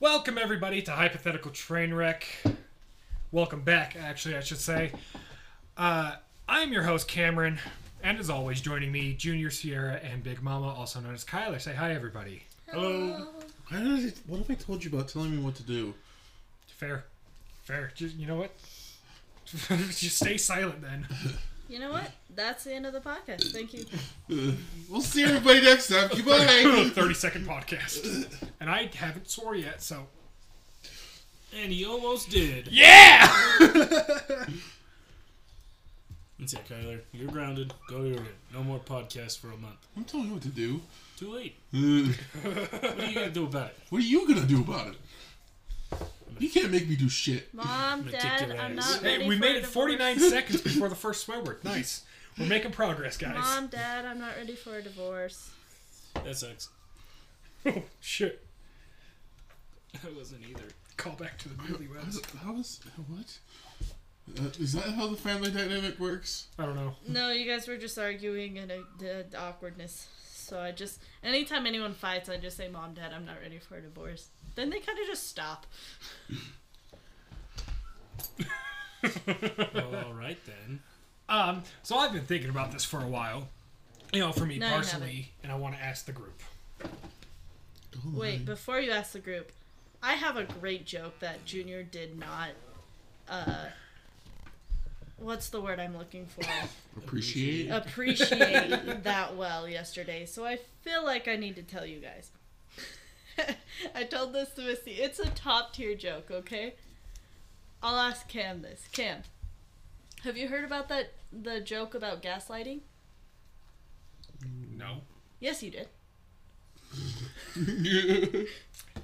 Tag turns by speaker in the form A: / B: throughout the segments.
A: Welcome everybody to hypothetical train wreck. Welcome back, actually, I should say. Uh, I'm your host Cameron, and as always, joining me Junior Sierra and Big Mama, also known as Kyler. Say hi, everybody.
B: Hello.
C: Why does it, what have I told you about telling me what to do?
A: Fair, fair. Just, you know what? Just stay silent then.
B: You know what? That's the end of the podcast. Thank you.
C: We'll see everybody next time. Goodbye.
A: Thirty second podcast, and I haven't swore yet, so
D: And he almost did.
A: yeah.
D: That's it, Kyler. You're grounded. Go to your room. No more podcasts for a month.
C: I'm telling you what to do.
D: Too late.
C: Uh,
D: What are you gonna do about it?
C: what are you gonna do about it? You can't make me do shit.
B: Mom, Dad, I'm not ready
A: hey, we
B: for
A: made
B: a
A: it
B: divorce.
A: 49 seconds before the first swear word. Nice. We're making progress, guys.
B: Mom, Dad, I'm not ready for a divorce.
D: That sucks.
A: Oh, shit.
D: I wasn't either.
A: Call back to the
C: How
A: newlyweds.
C: is- How is what? Uh, is that how the family dynamic works?
A: I don't know.
B: No, you guys were just arguing and uh, the the awkwardness. So I just, anytime anyone fights, I just say, Mom, Dad, I'm not ready for a divorce. Then they kind of just stop.
D: Well, all right then.
A: Um, so I've been thinking about this for a while. You know, for me
B: No, you
A: personally, and I want to ask the group.
C: Oh,
A: Mm.
B: Wait,
C: my-
B: before you ask the group, I have a great joke that Junior did not. Uh, what's the word I'm looking for?
C: appreciate.
B: appreciate that well yesterday, so I feel like I need to tell you guys. I told this to Missy. It's a top tier joke, okay? I'll ask Cam this. Cam, have you heard about that the joke about gaslighting?
A: No.
B: Yes, you did.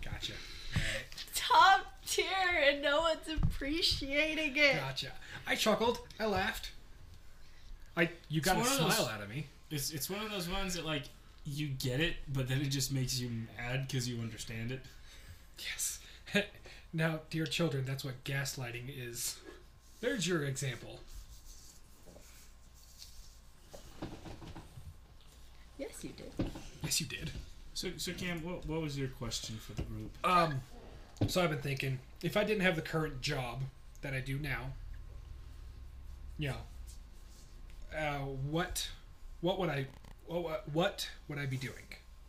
A: Gotcha.
B: Top tier, and no one's appreciating it.
A: Gotcha. I chuckled. I laughed. I you got a
D: one of those-
A: smile out of me.
D: It's it's one of those ones that like you get it, but then it just makes you mad because you understand it.
A: Yes. now, dear children, that's what gaslighting is. There's your example.
B: Yes, you did.
A: Yes, you did.
D: So so Cam, what what was your question for the group?
A: Um, so I've been thinking if I didn't have the current job that I do now, you know, uh, what, what would I, what, what would I be doing?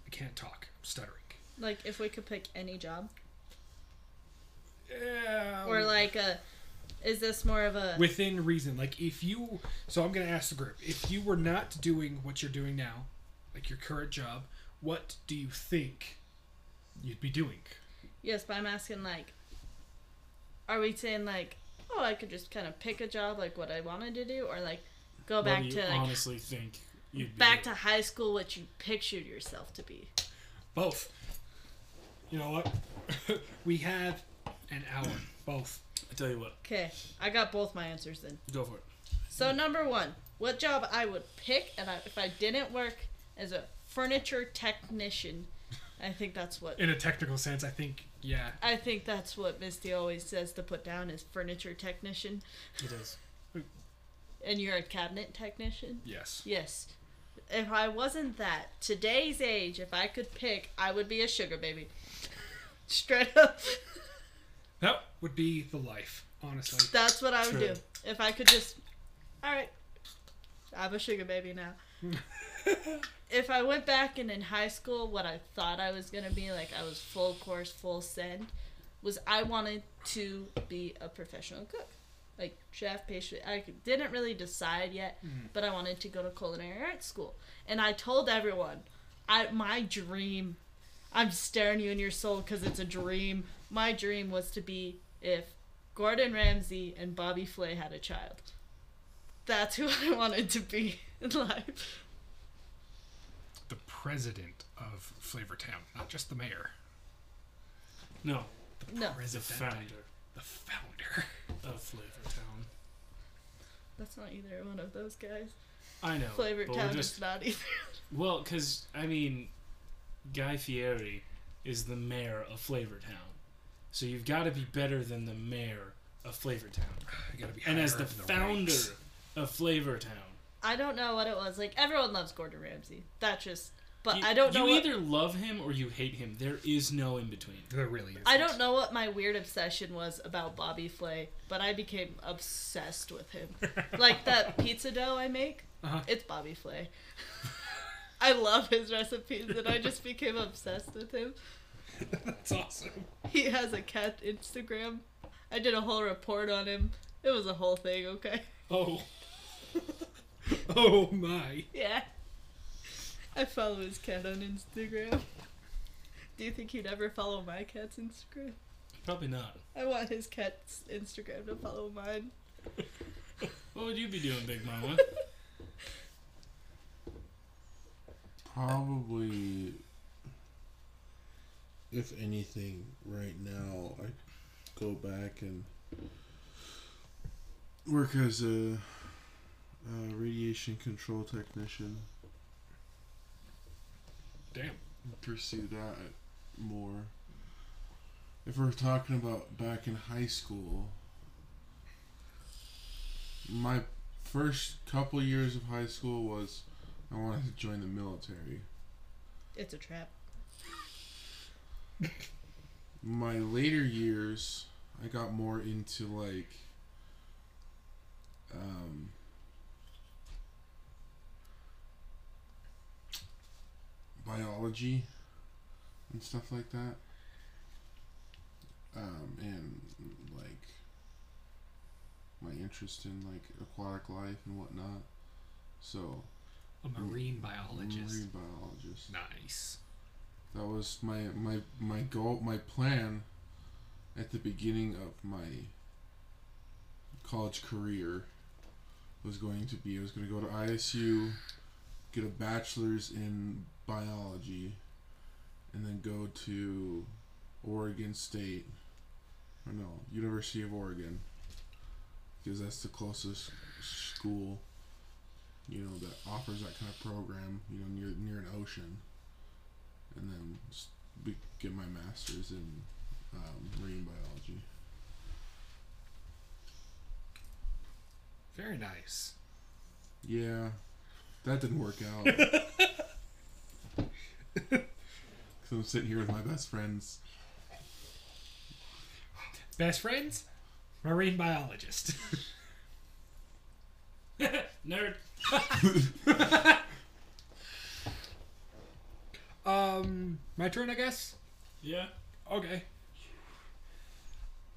A: I can't talk. I'm stuttering.
B: Like, if we could pick any job,
A: Oh, Yeah.
B: or like a, is this more of a?
A: Um, within reason. Like if you, so I'm gonna ask the group: if you were not doing what you're doing now, like your current job, what do you think you'd be doing?
B: Yes, but I'm asking like, are we saying like, oh, I could just kind of pick a job like what I wanted to do, or like go
D: what
B: back
D: do you
B: to like
D: honestly think? You'd be
B: back to
D: doing?
B: high school, what you pictured yourself to be?
A: Both. You know what? we have an hour. Both.
D: I tell you what,
B: Okay, I got both my answers then.
D: go for it.
B: So
D: Mm-hmm.
B: number one, what job I would pick, and I, if I didn't work as a furniture technician, I think that's what
A: In a technical sense, I think yeah.
B: I think that's what Misty always says to put down is furniture technician,
D: It is.
B: and you're a cabinet technician.
A: Yes.
B: Yes. If I wasn't that, today's age, if I could pick, I would be a sugar baby. Straight up.
A: That would be the life, honestly.
B: That's what I would
D: True.
B: do. If I could just. Alright. I'm a sugar baby now. if I went back and in high school, what I thought I was going to be, like I was full course, full send, was I wanted to be a professional cook. Like chef, pastry. I didn't really decide yet, but I wanted to go to culinary arts school. And I told everyone, I my dream I'm staring you in your soul because it's a dream. My dream was to be if Gordon Ramsay and Bobby Flay had a child. That's who I wanted to be in life.
A: The president of Flavortown, not just the mayor.
D: No,
B: No,
D: the
A: President.
D: founder
A: The founder.
D: of Flavor Town.
B: that's not either one of those guys.
D: I know.
B: Flavor
D: but we're
B: Town
D: just
B: is not either.
D: Well, because I mean, Guy Fieri is the mayor of Flavortown, so you've got to be better than the mayor of Flavortown.
A: You gotta be
D: And as
A: higher up
D: the
A: in
D: founder
A: ranks.
D: of Flavortown,
B: I don't know what it was. Like everyone loves Gordon Ramsay. That just but
D: You-
B: I don't know.
D: You
B: what-
D: either love him or you hate him. There is no in between.
A: There really is.
B: I don't know what my weird obsession was about Bobby Flay, but I became obsessed with him. like that pizza dough I make,
A: Uh-huh.
B: it's Bobby Flay. I love his recipes, and I just became obsessed with him.
A: That's awesome.
B: He has a cat Instagram. I did a whole report on him. It was a whole thing, okay?
A: Oh. oh my.
B: Yeah. I follow his cat on Instagram. Do you think he'd ever follow my cat's Instagram?
D: Probably not.
B: I want his cat's Instagram to follow mine.
D: What would you be doing, Big Mama?
C: Probably, if anything, right now, I go back and work as a, uh radiation control technician.
A: Damn.
C: and Pursue that more. If we're talking about back in high school, my first couple years of high school was I wanted to join the military.
B: It's a trap.
C: my later years, I got more into like, um, biology and stuff like that. Um, and like my interest in like aquatic life and whatnot. So,
A: A marine
C: I'm a
A: biologist.
C: marine biologist.
A: Nice.
C: That was my my my goal, my plan at the beginning of my college career was going to be I was going to go to ISU, get a bachelor's in biology, and then go to Oregon State or no, University of Oregon because that's the closest school you know that offers that kind of program, you know, near near an ocean and then s- be- get my master's in um, marine biology.
A: Very nice.
C: Yeah, that didn't work out. Because I'm sitting here with my best friends.
A: Best friends? Marine biologist.
D: Nerd.
A: um, my turn, I guess?
D: Yeah.
A: Okay.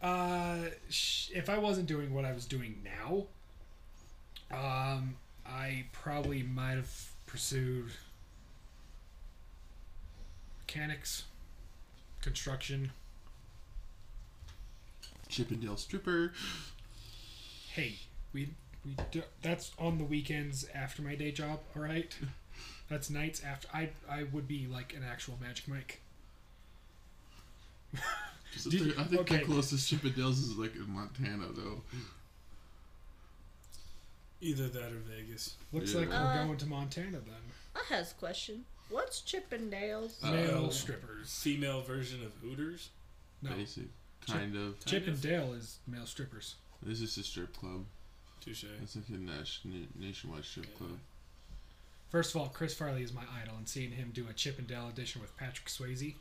A: Uh, sh- if I wasn't doing what I was doing now, um, I probably might have pursued mechanics, construction.
C: Chippendale stripper.
A: Hey, we we do, that's on the weekends after my day job. All right, that's nights after. I I would be like an actual magic Mike.
C: So
A: Did-
C: there- I think
A: okay.
C: the closest Chippendales is like in Montana, though.
D: Either that or Vegas.
A: Looks
C: Yeah.
A: like
B: Uh,
A: we're going to Montana then.
B: I has a question. What's Chippendales?
C: Uh,
A: Male
D: oh.
A: strippers.
D: Female version of Hooters.
A: No,
C: Basic. Kind of.
A: Chip and
D: Kind of.
A: Dale is male strippers.
C: This is a strip club.
D: Touche.
C: It's like a nation- nationwide strip club.
A: First of all, Chris Farley is my idol, and seeing him do a Chip and Dale edition with Patrick Swayze,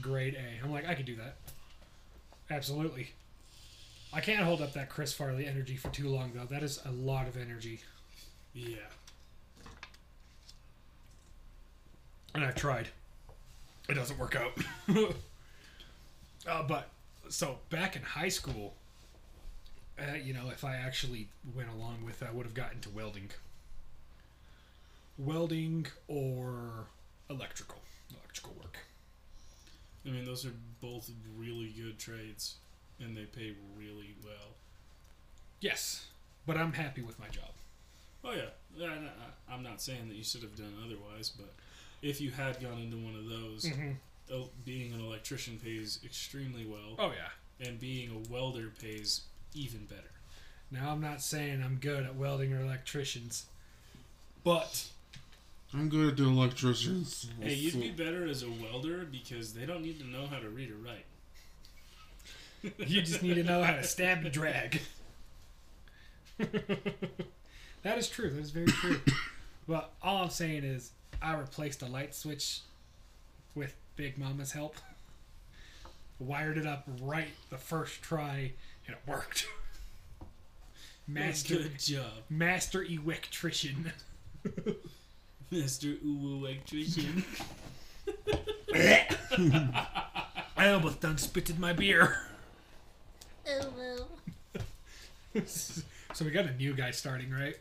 A: grade A. I'm like, I could do that. Absolutely. I can't hold up that Chris Farley energy for too long, though. That is a lot of energy,
D: Yeah.
A: and I've tried. It doesn't work out. uh, but so back in high school, uh, you know, if I actually went along with, I would have gotten to welding, welding or electrical, electrical work.
D: I mean, those are both really good trades, and they pay really well.
A: Yes, but I'm happy with my job.
D: Oh yeah. Yeah, I- I- I'm not saying that you should have done otherwise, but if you had gone into one of those,
A: Mm-hmm.
D: el- being an electrician pays extremely well,
A: Oh yeah.
D: and being a welder pays even better.
A: Now I'm not saying I'm good at welding or electricians, but
C: I'm good at doing electricians.
D: Hey, you'd be better as a welder because they don't need to know how to read or write.
A: you just need to know how to stab and drag. that is true. That is very true. But all I'm saying is, I replaced a light switch with Big Mama's help. Wired it up right the first try, and it worked. Master,
D: Good job,
A: master electrician.
D: Mr. Ooh Electrician.
A: I almost done spitted my beer.
B: Oh, well.
A: so we got a new guy starting, right?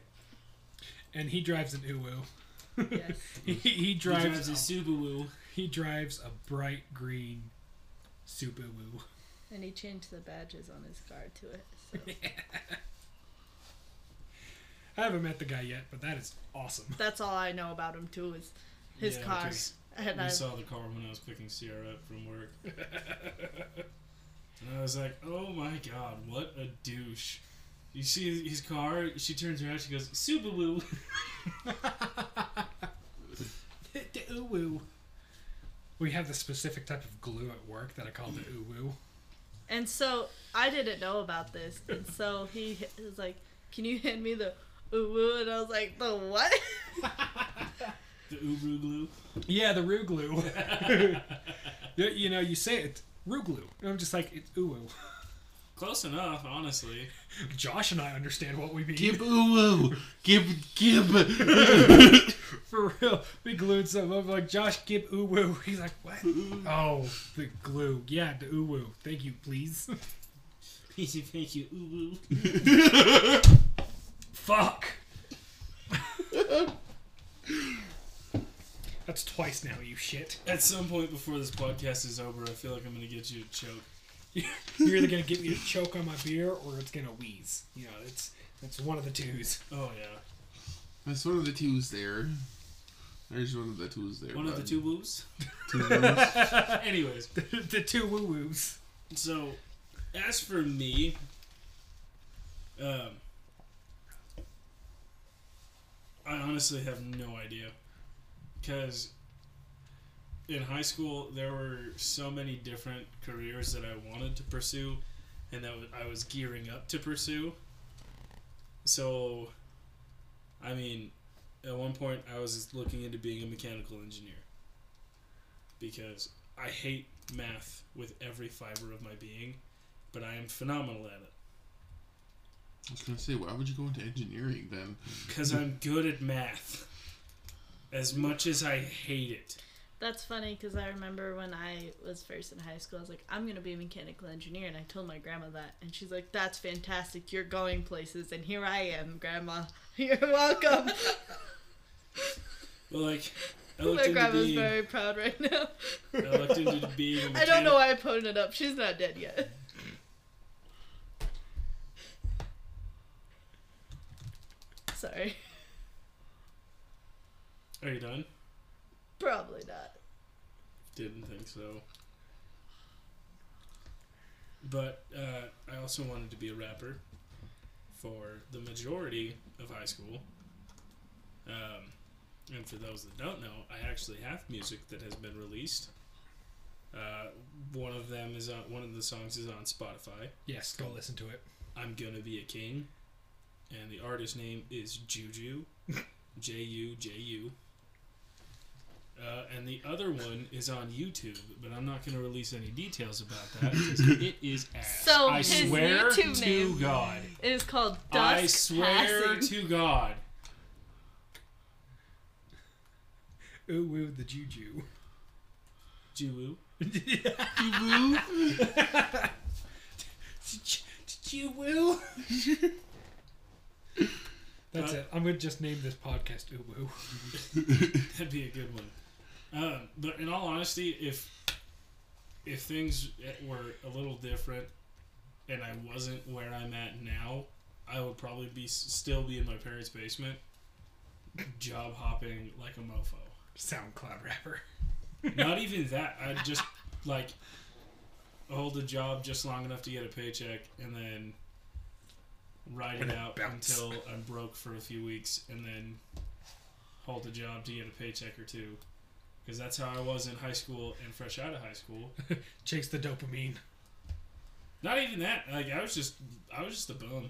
A: And he drives an Uwu.
B: Yes.
A: He, he
D: He
A: drives.
D: drives a Subaru.
A: he drives a bright green Subaru.
B: And he changed the badges on his car to it. So
A: I haven't met the guy yet, but that is awesome.
B: that's all I know about him too is his
D: Yeah,
B: car.
D: because
B: And
D: I
B: I
D: saw the car when I was picking Sierra up from work. and I was like, oh my god, what a douche. You see his car, she turns around, she goes, Subaru.
A: The Uwu. We have the specific type of glue at work that I call the Uwu.
B: and so I didn't know about this. And so he was like, "Can you hand me the uwu?" And I was like, "The what?"
D: The Uber glue.
A: Yeah, the Roo glue. you, you know, you say it, Roo glue. And I'm just like, it's Uwu.
D: Close enough, honestly.
A: Josh and I understand what we mean.
C: Gib ooh Gib Gib.
A: For real, we glued some up like Josh Gib Uwu. He's like, what? oh, the glue. Yeah, the Uwu. Thank you, please.
D: Thank you, thank you, Ubu.
A: Fuck. That's twice now, you shit.
D: At some point before this podcast is over, I feel like I'm gonna get you to choke.
A: You're either gonna get me to choke on my beer or it's gonna wheeze. You know, it's it's one of the twos.
D: Oh yeah.
C: That's one of the twos there. There's one of the twos there.
D: One of the
C: bud.
D: two boobs.
C: Two woos.
D: Anyways,
A: the two woo woos.
D: so as for me, um, I honestly have no idea because in high school there were so many different careers that I wanted to pursue and that I was gearing up to pursue. So, I mean, at one point I was looking into being a mechanical engineer because I hate math with every fiber of my being, but I am phenomenal at it
C: I was gonna say, why would you go into engineering then?
D: because I'm good at math. As much as I hate it,
B: That's funny because I remember when I was first in high school, I was like, I'm going to be a mechanical engineer. And I told my grandma that. And she's like, That's fantastic. You're going places. And here I am, grandma. You're welcome.
D: but like I looked
B: my
D: into
B: grandma's
D: being,
B: very proud right now.
D: I looked into being. A
B: I don't know
D: mechanic-
B: why I put it up. She's not dead yet. Sorry.
D: Are you done?
B: Probably not.
D: Didn't think so. But uh, I also wanted to be a rapper for the majority of high school. Um, and for those that don't know, I actually have music that has been released. Uh, one of them is on, one of the songs is on Spotify.
A: Yes, go listen to it.
D: I'm gonna be a king, and the artist name is Juju, J U J U. Uh, and the other one is on YouTube, but I'm not gonna release any details about that because it is ass.
B: So
D: I
B: his
D: swear
B: YouTube
D: to
B: name-
D: God,
B: It is called Dusk
D: I swear
B: Passing.
D: to God,
A: Ooh woo the juju.
D: Juju.
A: Did you woo? That's it. I'm gonna just name this podcast Uwu.
D: That'd be a good one. Um, but in all honesty, if if things were a little different and I wasn't where I'm at now, I would probably be still be in my parents' basement, job hopping like a mofo.
A: SoundCloud rapper.
D: Not even that. I'd just like hold a job just long enough to get a paycheck and then ride
A: And
D: it
A: then
D: out
A: bounce.
D: until I'm broke for a few weeks and then hold a job to get a paycheck or two. Because that's how I was in high school and fresh out of high school.
A: Chase the dopamine.
D: Not even that. Like I was just, I was just a bum.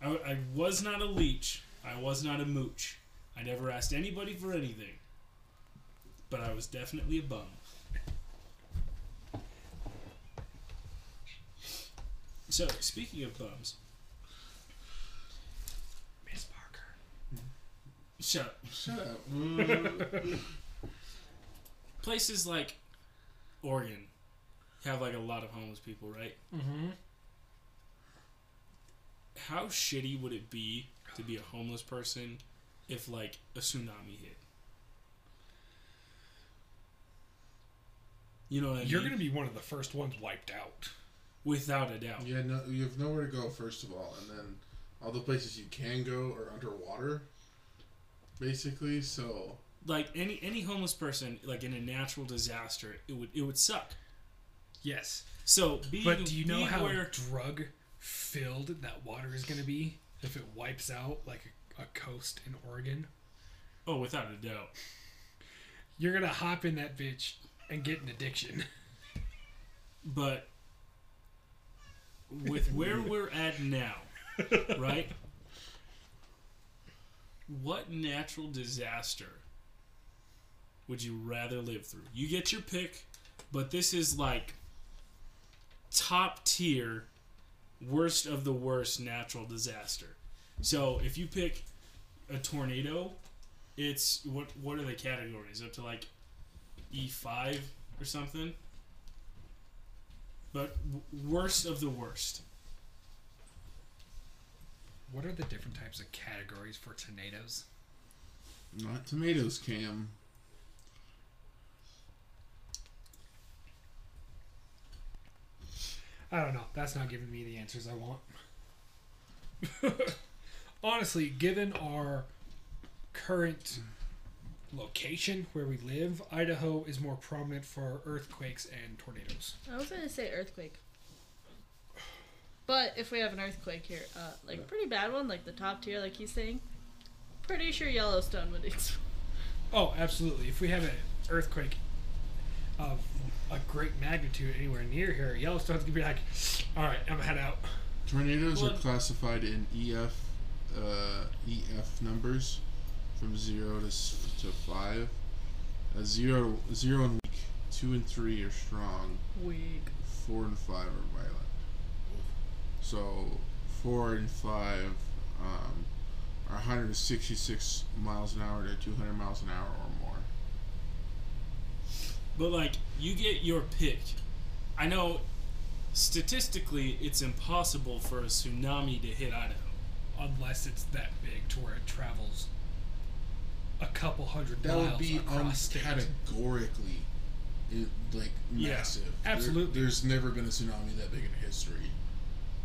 D: I, I was not a leech. I was not a mooch. I never asked anybody for anything, but I was definitely a bum. So, speaking of bums,
A: Miss Parker.
D: shut up.
C: Shut up. Mm.
D: Places like Oregon have like a lot of homeless people, right?
A: Mm-hmm.
D: How shitty would it be to be a homeless person if like a tsunami hit? You know what I
A: You're
D: mean?
A: gonna be one of the first ones wiped out.
D: Without a doubt.
C: yeah, no, you have nowhere to go first of all, and then all the places you can go are underwater, basically. So
D: like any any homeless person like in a natural disaster it would it would suck
A: Yes.
D: so be
A: But do you know
D: be
A: how
D: where,
A: drug filled that water is gonna be if it wipes out like a, a coast in Oregon?
D: oh without a doubt
A: You're gonna hop in that bitch and get an addiction.
D: but with where we're at now right what natural disaster would you rather live through you get your pick but this is like top tier worst of the worst natural disaster so if you pick a tornado it's what what are the categories up to like e5 or something but w- worst of the worst
A: What are the different types of categories for tornadoes?
C: not tomatoes, Cam.
A: I don't know. That's not giving me the answers I want. Honestly, given our current location where we live, Idaho is more prominent for earthquakes and tornadoes.
B: I was gonna say earthquake. But if we have an earthquake here, uh, like a pretty bad one, like the top tier, like he's saying, pretty sure Yellowstone would explode.
A: Oh, absolutely. If we have an earthquake of a great magnitude anywhere near here, Yellowstone's gonna be like, all right, I'm gonna head out.
C: Tornadoes are
D: Well-
C: classified in EF uh, EF numbers from zero to s- to five. Uh, zero zero and weak. Two and three are strong.
B: Weak.
C: Four and five are violent. So four and five um, are 166 miles an hour to 200 miles an hour or more.
D: But like you get your pick. I know statistically it's impossible for a tsunami to hit Idaho.
A: Unless it's that big to where it travels a couple hundred
C: That
A: miles
C: would be
A: across state.
C: uncategorically it, like
D: Yeah,
C: massive. There-
A: absolutely.
C: there's never been a tsunami that big in history.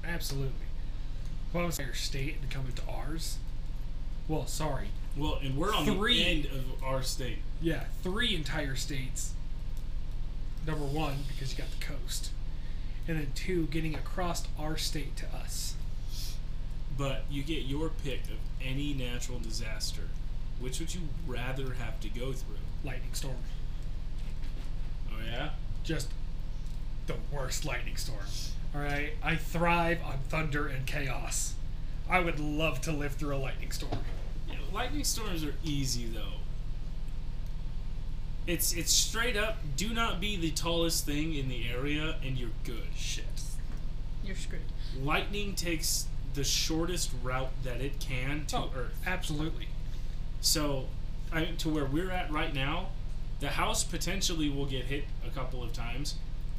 A: Absolutely. If I was your state and come into ours, well, sorry,
D: Well, and we're on
A: Three.
D: the end of our state.
A: yeah, three entire states. Number one, because you got the coast, and then two, getting across our state to us.
D: But you get your pick of any natural disaster. Which would you rather have to go through?
A: Lightning storm.
D: Oh yeah?
A: just the worst lightning storm. All right, I thrive on thunder and chaos. I would love to live through a lightning storm.
D: yeah lightning storms are easy though. It's it's straight up do not be the tallest thing in the area and you're good. Shit.
B: You're screwed.
D: Lightning takes the shortest route that it can
A: Oh.
D: to Earth.
A: absolutely.
D: So, I, to where we're at right now, the house potentially will get hit a couple of times,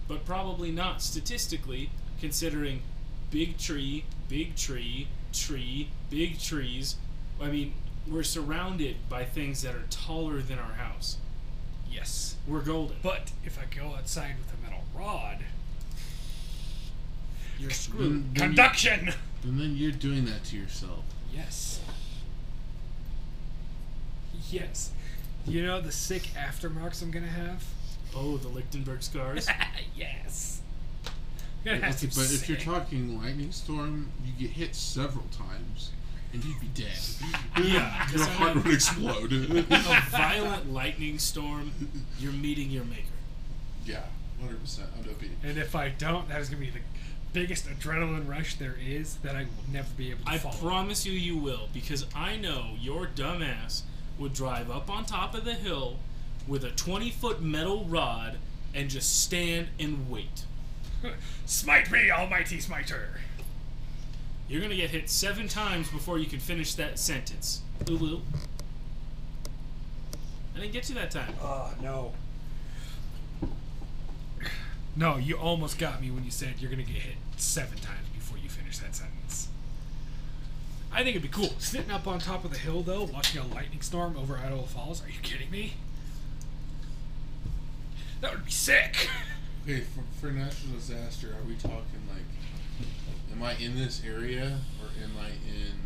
D: but probably not statistically, considering big tree, big tree, tree, big trees. I mean, we're surrounded by things that are taller than our house.
A: Yes.
D: We're golden.
A: But if I go outside with a metal rod,
D: You're
C: Then- then
D: screwed.
C: you-
A: conduction.
C: And then you're doing that to yourself.
A: Yes. Yes. You know the sick aftermarks I'm gonna have.
D: Oh, the Lichtenberg scars.
A: yes.
C: But,
A: Gonna have
C: okay,
A: some
C: but if you're
A: sick-
C: talking lightning storm, you get hit several times, and you'd be dead.
D: Yeah,
C: your
D: because
C: heart would explode.
D: a violent lightning storm, you're meeting your maker.
C: yeah, hundred percent. I'm dopey.
A: And if I don't, that is going to be the biggest adrenaline rush there is that I will never be able to
D: I
A: follow.
D: promise you, you will, because I know your dumbass would drive up on top of the hill with a 20 foot metal rod and just stand and wait.
A: Smite me, almighty smiter.
D: You're gonna get hit seven times before you can finish that sentence. Ulu. I didn't get you that time.
A: Oh, no. No, you almost got me when you said you're going to get hit seven times before you finish that sentence. I think it'd be cool. Sitting up on top of the hill, though, watching a lightning storm over Idaho Falls. Are you kidding me? That would be sick.
C: Okay, for, for natural disaster, are we talking like, am I in this area or am I in,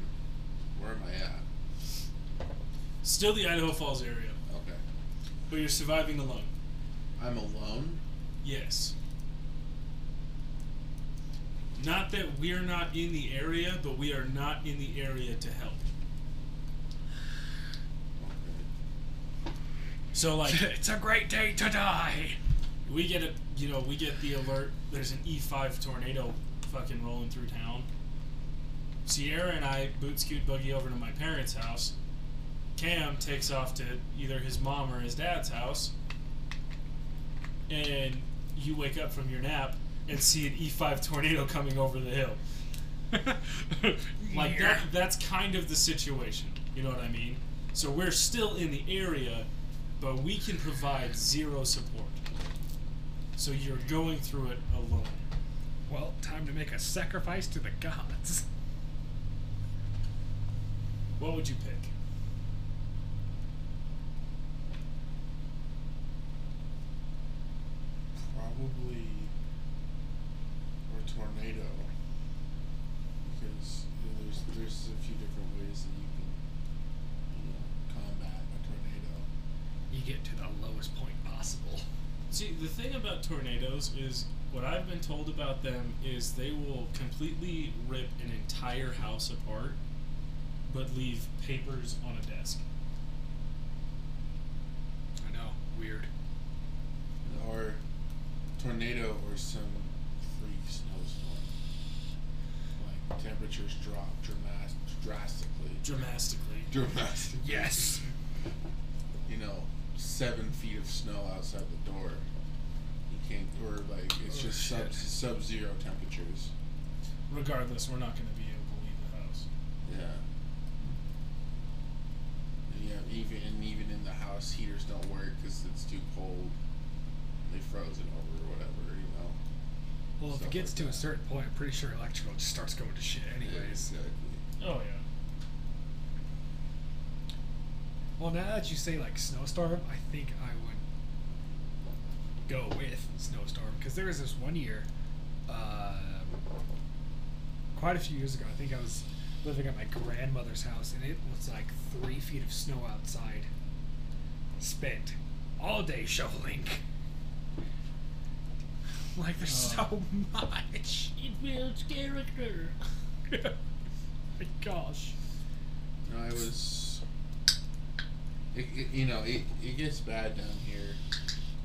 C: where am I at?
D: Still the Idaho Falls area,
C: Okay,
D: but you're surviving alone.
C: I'm alone.
D: Yes. Not that we're not in the area, but we are not in the area to help.
C: Okay.
D: So like
A: it's a great day to die.
D: we get a you know we get the alert. There's an E5 tornado fucking rolling through town. Sierra and I boot scoot buggy over to my parents' house. Cam takes off to either his mom or his dad's house, and you wake up from your nap and see an E5 tornado coming over the hill. Like that, that's kind of the situation. You know what I mean? So we're still in the area, but we can provide zero support. So you're going through it alone.
A: Well, time to make a sacrifice to the gods.
D: What would you pick?
C: Probably a tornado. Because you know, there's there's a few different ways that you can you know, combat a tornado.
A: You get to the lowest point possible.
D: See, the thing about tornadoes is what I've been told about them is they will completely rip an entire house apart, but leave papers on a desk.
A: I know, weird.
C: Or tornado or some freak snowstorm. Like temperatures drop dramas- drastically.
D: Dramatically.
C: Dramatically.
A: Yes.
C: You know, seven feet of snow outside the door. You can't, or like, it's
A: Oh,
C: just
A: shit.
C: sub sub zero temperatures.
D: Regardless, we're not going to be able to leave the house.
C: Yeah. And Yeah, even and even in the house, heaters don't work because it's too cold. They froze it over or whatever, you know.
A: Well, if
C: Stuff
A: it gets
C: like
A: to a
C: that.
A: certain point, I'm pretty sure electrical just starts going to shit,
C: Yeah,
A: anyways.
C: exactly.
D: Oh, yeah.
A: Well, now that you say like snowstorm, I think I would go with snowstorm because there was this one year, uh, quite a few years ago. I think I was living at my grandmother's house, and it was like three feet of snow outside. Spent all day shoveling. Like there's
D: Uh.
A: so much.
D: It builds character.
A: My gosh.
C: No, I was. It, it, you know, it, it gets bad down here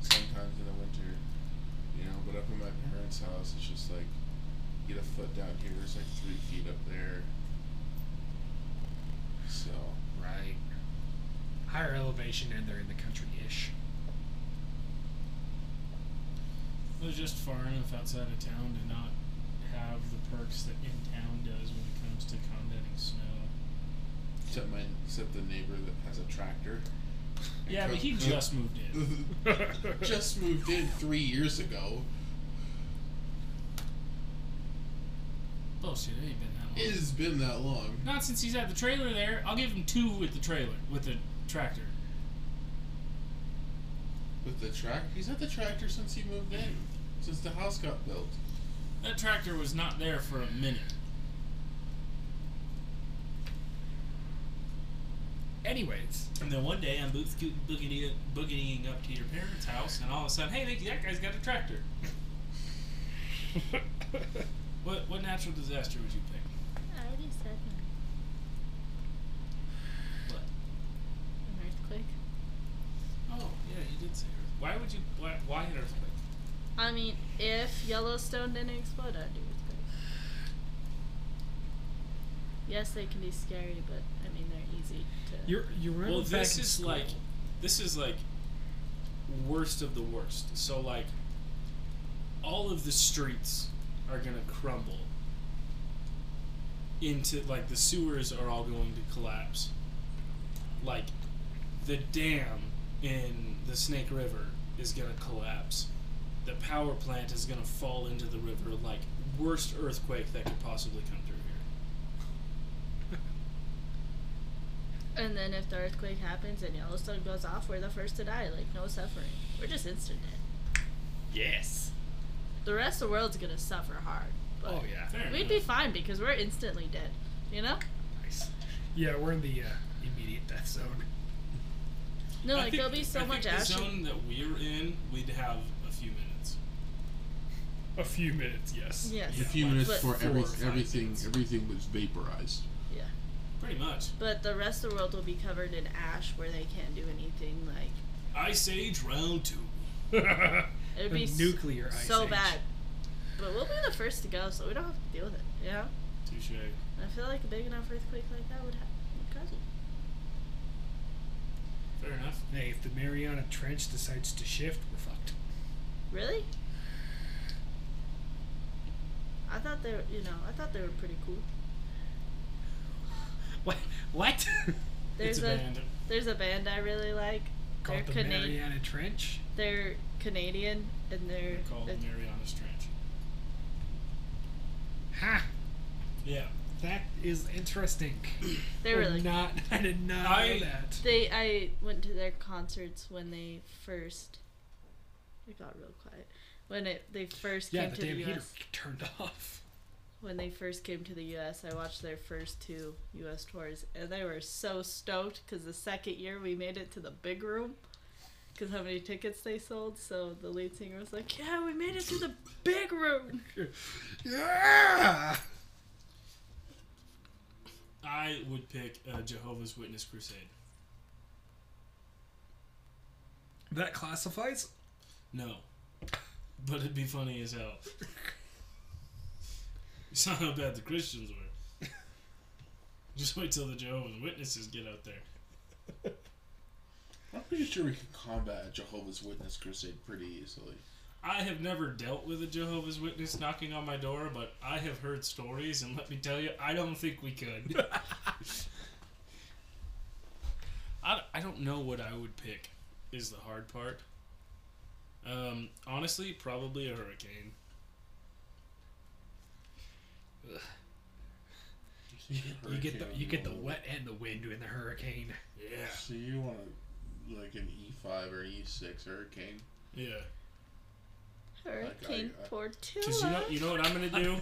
C: sometimes in the winter. You know, but up in my parents' house, it's just like get a foot down here, it's like three feet up there. So,
A: Right. Higher elevation, and they're in the country ish.
D: They're just far enough outside of town to not have the perks that in town does when it comes to combating snow.
C: except my except the neighbor that has a tractor.
D: Yeah, but he just moved in.
C: just moved in three years ago.
D: Bullshit, it ain't been that long.
C: It has been that long.
D: Not since he's had the trailer there. I'll give him two with the trailer, with the tractor.
C: With the tractor, he's had the tractor since he moved in, since the house got built.
D: That tractor was not there for a minute.
A: Anyways,
D: And then one day I'm boot scooting, boogieing, boogieing up to your parents' house, and all of a sudden, hey, that guy's got a tractor. What what natural disaster would you pick?
B: I already said
D: What?
B: an earthquake.
D: Oh, yeah, you did say earthquake. Why would you? Why, why an earthquake?
B: I mean, if Yellowstone didn't explode, I'd do earthquake. Yes, they can be scary, but I mean they're easy to.
A: You're you remember
D: Well,
A: back
D: this
A: in
D: is
A: school.
D: like, this is like worst of the worst. So like, all of the streets are gonna crumble into like the sewers are all going to collapse. Like, the dam in the Snake River is gonna collapse. The power plant is gonna fall into the river. Like worst earthquake that could possibly come through here.
B: And then if the earthquake happens and Yellowstone goes off, we're the first to die. Like no suffering. We're just instant dead.
D: Yes.
B: The rest of the world's gonna suffer hard. But
A: oh yeah,
D: Fair
B: We'd
D: enough.
B: be fine because we're instantly dead. You know?
A: nice. Yeah, we're in the uh, immediate death zone.
B: No,
D: I
B: like
D: think-
B: there'll be so
D: I think
B: much
D: the
B: action.
D: zone that we're in, we'd have a few minutes.
A: A few minutes, yes.
B: Yes.
C: A few minutes
B: But-
C: before
D: Four
C: every,
D: or five
C: everything
D: minutes.
C: everything was vaporized.
B: Yeah.
D: Pretty much.
B: But the rest of the world will be covered in ash where they can't do anything. Like
D: Ice Age round two.
B: it would
A: The
B: be s-
A: nuclear ice
B: so
A: age.
B: bad. But we'll be the first to go, so we don't have to deal with it. You know?
D: Touche.
B: I feel like a big enough earthquake like that would, ha- would cause it.
D: Fair enough.
A: Hey, if the Mariana Trench decides to shift, we're fucked.
B: Really? I thought they were, you know, I thought they were pretty cool.
A: What? What?
B: There's
D: it's a, band.
B: there's a band I really like. They're
A: Called the
B: Cana-
A: Mariana Trench.
B: They're Canadian and they're
D: They're called
B: it's-
D: Mariana's Trench.
A: Ha!
D: Yeah.
A: That is interesting.
B: they were
A: Did
B: like
A: not. I did not
D: I-
A: know that.
B: They, I went to their concerts when they first. It got real quiet when it they first
A: Yeah,
B: came
A: the
B: to
A: damn
B: the
A: heater
B: U.S.
A: turned off.
B: When they first came to the U.S., I watched their first two U.S. tours, and they were so stoked because the second year we made it to the big room, because how many tickets they sold. So the lead singer was like, "Yeah, we made it to the big room."
A: Yeah!
D: I would pick a Jehovah's Witness crusade.
A: That classifies?
D: No. But it'd be funny as hell. you saw how bad the Christians were. Just wait till the Jehovah's Witnesses get out there.
C: I'm pretty sure we can combat a Jehovah's Witness crusade pretty easily.
D: I have never dealt with a Jehovah's Witness knocking on my door, but I have heard stories, and let me tell you, I don't think we could. I, I don't know what I would pick, is the hard part. Um, honestly, probably a hurricane.
A: You get the you get the wet and the wind in the hurricane.
D: Yeah.
C: So you want a, like an E5 or E6 hurricane?
D: Yeah.
B: Hurricane
C: I- I-
B: Portillo.
D: Because you know, you know what I'm going to do?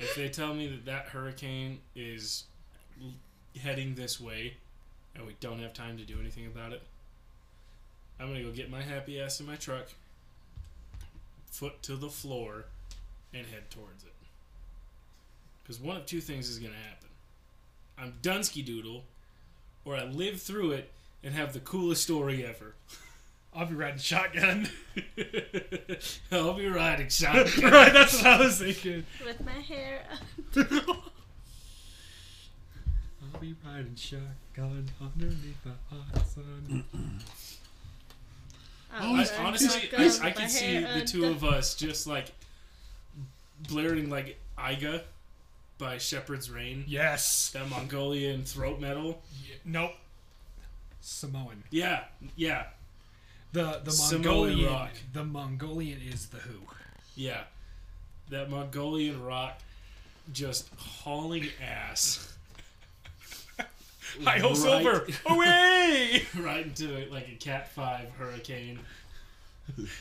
D: if they tell me that that hurricane is l- heading this way and we don't have time to do anything about it, I'm going to go get my happy ass in my truck, foot to the floor, and head towards it. Because one of two things is going to happen I'm Dunsky Doodle, or I live through it and have the coolest story ever.
A: I'll be riding shotgun.
D: I'll be riding shotgun.
A: right, that's what I was thinking.
B: with my hair. uh, up.
A: I'll be riding shotgun underneath the hot sun.
B: I'm
D: Oh, I,
B: wearing
D: honestly,
B: shotgun
D: I,
B: with
D: I
B: my
D: can see
B: hair
D: the two
B: undone.
D: of us just like blaring like "Iga" by Shepherd's Rain,
A: Yes.
D: that Mongolian throat metal.
A: Nope. Samoan.
D: Yeah, yeah,
A: The the
D: Samoan
A: Mongolian
D: rock.
A: the Mongolian is the who.
D: yeah. That Mongolian rock just hauling ass.
A: Hi ho
D: Right-
A: silver away.
D: right into like a Cat Five hurricane.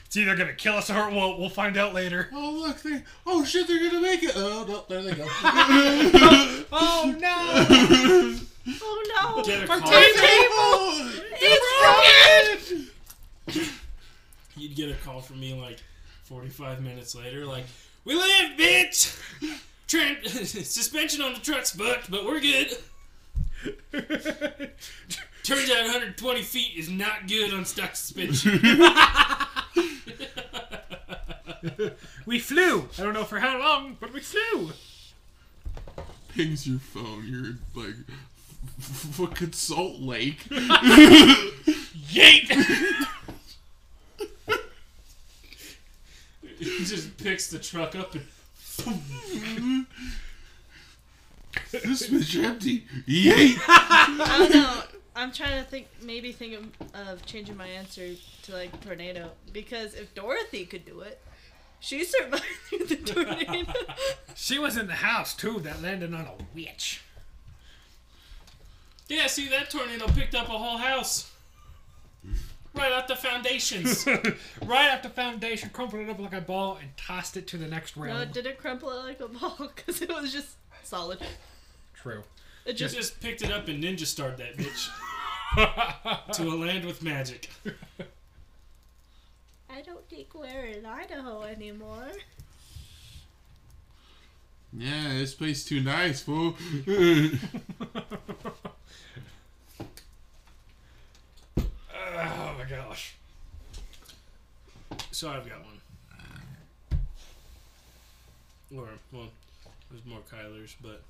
A: It's either gonna kill us or it won't. We'll find out later.
C: Oh look! They oh shit! They're gonna make it! Oh no! There they go.
A: Oh no!
B: Oh no!
D: Get a
A: For
D: car-
A: ten
B: It's broken!
D: You'd get a call from me like 45 minutes later, like, "We live, bitch. Tran- suspension on the truck's bucked, but we're good." Turns out 120 feet is not good on stock suspension.
A: we flew. I don't know for how long, but we flew.
C: pings your phone, you're like, fucking Salt Lake.
A: Yeet!
D: He just picks the truck up and
C: Mm-hmm. this bitch empty. Yay!
B: I don't know. I'm trying to think, maybe think of, of changing my answer to like tornado because if Dorothy could do it, she survived through the tornado.
A: she was in the house too that landed on a witch.
D: yeah, see that tornado picked up a whole house, right out the foundations.
A: right after foundation, crumpled it up like a ball and tossed it to the next
B: no,
A: realm.
B: it didn't crumple it like a ball because it was just solid.
A: True.
B: It
D: He
B: just
D: just picked it up and ninja starred that bitch to a land with magic.
B: I don't think we're in Idaho anymore.
C: Yeah, this place too nice, fool.
A: oh my gosh.
D: So I've got one. Or, well, it was more Kyler's, but.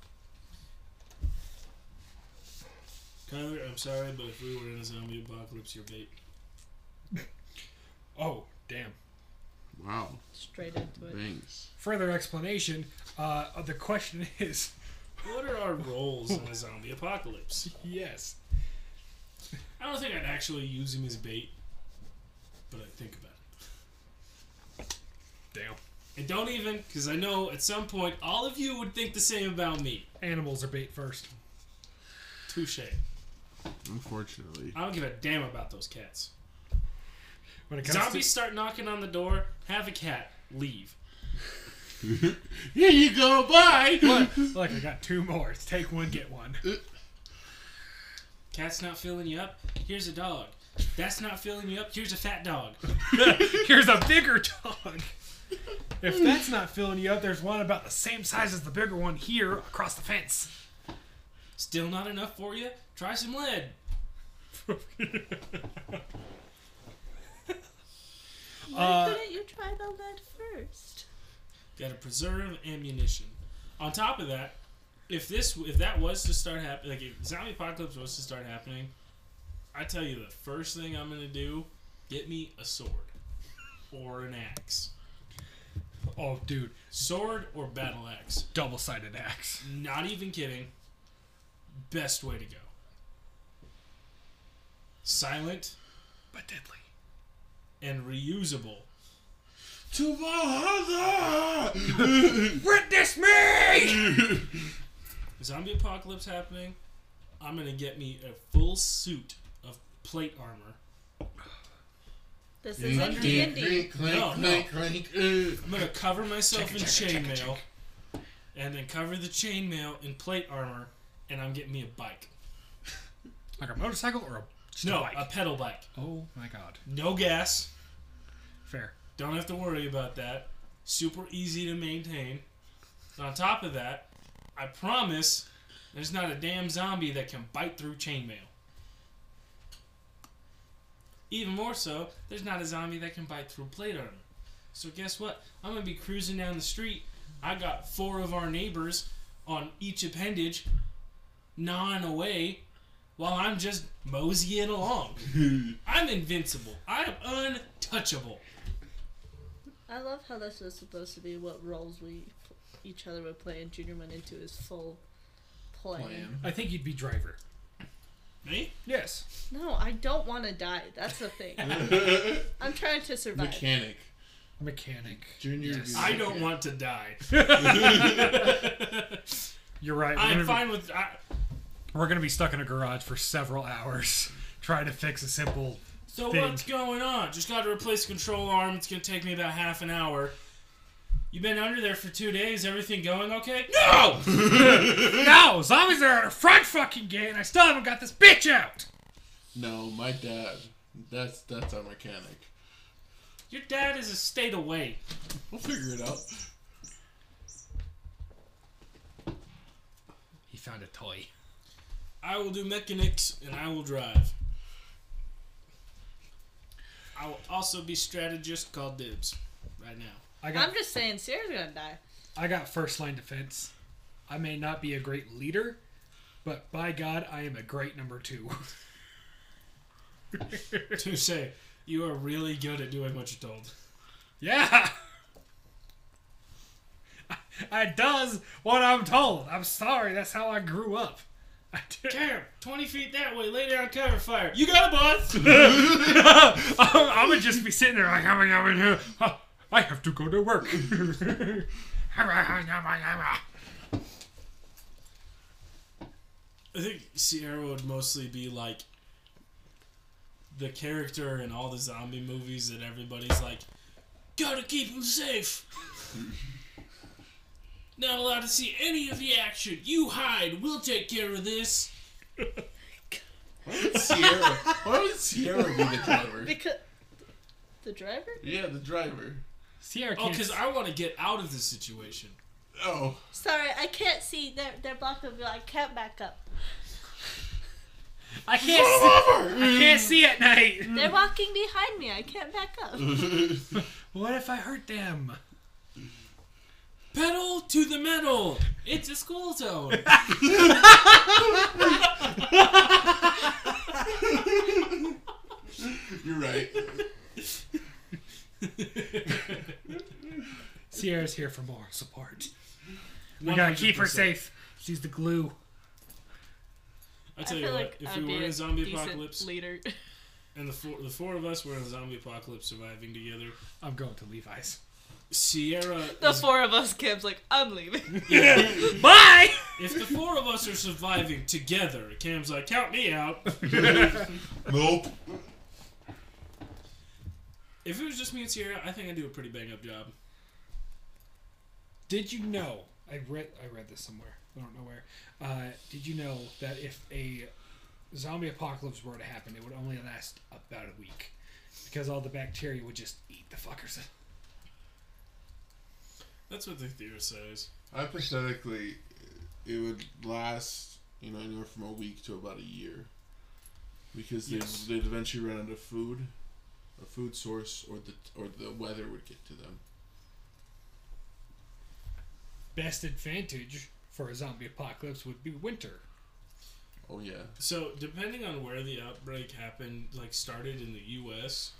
D: Kyler, I'm sorry, but if we were in a zombie apocalypse, you're bait.
A: Oh, damn.
C: wow,
B: Straight into it.
C: thanks.
A: Further explanation uh, the question is
D: What are our roles in a zombie apocalypse?
A: yes.
D: I don't think I'd actually use him as bait, but I think about it.
A: Damn.
D: And don't even, because I know at some point all of you would think the same about me.
A: Animals are bait first.
D: Touche.
C: Unfortunately.
D: I don't give a damn about those cats.
A: When it comes
D: Zombies start knocking on the door, have a cat, leave.
C: Here you go, bye!
A: to. Look, I got two more. It's take one, get one.
D: Cat's not filling you up, here's a dog. That's not filling you up, here's a fat dog.
A: Here's a bigger dog. If that's not filling you up, there's one about the same size as the bigger one here across the fence.
D: Still not enough for you? Try some lead.
B: Why
A: Uh,
B: couldn't you try the lead first?
D: Gotta preserve ammunition. On top of that, if this if that was to start happening, like if zombie apocalypse was to start happening, I tell you the first thing I'm gonna do, get me a sword or an axe,
A: Oh, dude,
D: sword or battle axe.
A: double sided axe.
D: Not even kidding. Best way to go. Silent
A: But deadly.
D: and reusable.
C: To Valhalla!
A: Witness me!
D: Zombie apocalypse happening. I'm gonna get me a full suit of plate armor.
B: This isn't D and D.
C: Clink, clink,
D: No, no.
C: clink, clink, uh.
D: I'm gonna cover myself in
A: Chicka, chicka,
D: chainmail, and then cover the chainmail in plate armor, and I'm getting me a bike.
A: Like a motorcycle or a just a
D: no,
A: bike?
D: a pedal bike.
A: oh my god.
D: No gas.
A: Fair.
D: Don't have to worry about that. Super easy to maintain. And on top of that, I promise there's not a damn zombie that can bite through chainmail. Even more so, there's not a zombie that can bite through plate armor. So guess what? I'm gonna be cruising down the street. I got four of our neighbors on each appendage gnawing away while I'm just moseying along. I'm invincible. I'm untouchable.
B: I love how this was supposed to be what roles we pl- each other would play, and Junior went into his full play.
C: Plan.
A: I think you'd be driver.
D: Me?
A: Yes.
B: No, I don't want to die. That's the thing. I'm trying to survive.
C: Mechanic.
A: Mechanic.
C: Junior.
A: Yes.
D: I don't want to die.
A: You're right. We're
D: I'm
A: gonna,
D: fine with. I,
A: Be, we're gonna be stuck in a garage for several hours trying to fix a simple.
D: so
A: Thing.
D: what's going on? Just got to replace the control arm. It's gonna take me about half an hour. You've been under there for two days. Everything going okay?
A: Oh!
D: No.
A: No! Zombies are at our front fucking gate and I still haven't got this bitch out!
C: No, my dad. That's that's our mechanic.
D: Your dad is a state away.
C: We'll figure it out.
A: He found a toy.
D: I will do mechanics and I will drive. I will also be strategist. Call dibs, right now.
A: I got
B: I'm just saying, Sierra's gonna die.
A: I got first line defense. I may not be a great leader, but by God, I am a great number two.
D: to say you are really good at doing what you're told.
A: yeah! I, I does what I'm told. I'm sorry, that's how I grew up. I did.
D: Cam, 20 feet that way, lay down cover fire. You got it, boss!
A: I would just be sitting there like, I'm here. I have to go to work.
D: I think Sierra would mostly be like the character in all the zombie movies that everybody's like, gotta keep him safe. Not allowed to see any of the action. You hide. We'll take care of this.
C: Why would Sierra? why would Sierra be the driver?
B: Because the driver?
C: Yeah, the driver.
A: Sierra
D: Oh,
A: can't.
D: because I want to get out of this situation.
C: Oh,
B: Sorry, I can't see. They're they're blocked the view. I can't back up.
A: I can't. See, I can't see at night.
D: Hmm.
B: They're walking behind me. I can't back up.
A: What if I hurt them?
D: Pedal to the metal. It's a school zone.
C: You're right.
A: Sierra's here for more support. We
D: One
A: gotta
D: hundred
A: keep her
D: percent.
A: safe. She's the glue.
D: I tell you what, if we were in a zombie apocalypse
B: leader.
D: and the four, the four of us were in a zombie apocalypse surviving together,
A: I'm going to Levi's.
D: Sierra.
B: The
D: is-
B: four of us, Kim's like, I'm leaving.
A: Bye.
D: if the four of us are surviving together, Cam's like, count me out.
C: Nope.
D: If it was just me and Sierra, I think I'd do a pretty bang up job.
A: Did you know? I read. I read this somewhere. I don't know where. Uh, did you know that if a zombie apocalypse were to happen, it would only last about a week because all the bacteria would just eat the fuckers.
D: That's what the theorist says.
C: Hypothetically, it would last, you know, anywhere from a week to about a year, because they'd,
D: Yes.
C: they'd eventually run out of food, a food source, or the or the weather would get to them.
A: Best advantage for a zombie apocalypse would be winter.
C: Oh yeah.
D: So, depending on where the outbreak happened, like started in the U.S.,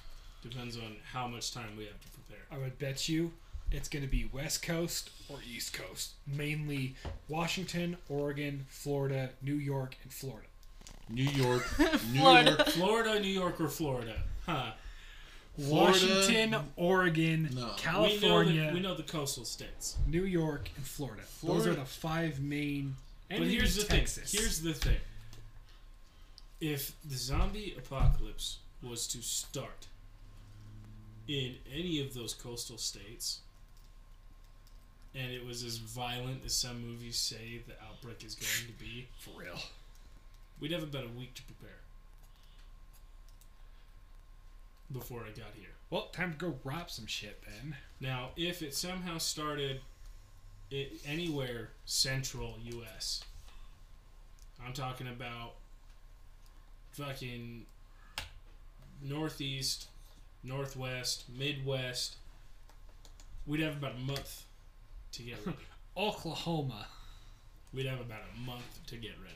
D: depends on how much time we have to prepare.
A: I would bet you it's going to be West Coast or East Coast, mainly Washington, Oregon, Florida, New York, and Florida.
C: New York, New
B: Florida.
C: York.
D: Florida, New York, or Florida? Huh.
C: Florida-
A: Washington, Oregon,
C: No.
A: California,
D: We know, the, we know the coastal states.
A: New York, and Florida. Those
C: Florida-
A: are the five main. And
D: But
A: maybe
D: here's the
A: Texas.
D: thing. Here's the thing. If the zombie apocalypse was to start in any of those coastal states, and it was as violent as some movies say the outbreak is going to be,
A: for real.
D: we'd have about a week to prepare before I got here.
A: Well, time to go rob some shit, then.
D: Now, if it somehow started it anywhere central U.S., I'm talking about fucking northeast, northwest, midwest. We'd have about a month to get ready.
A: Oklahoma.
D: We'd have about a month to get ready.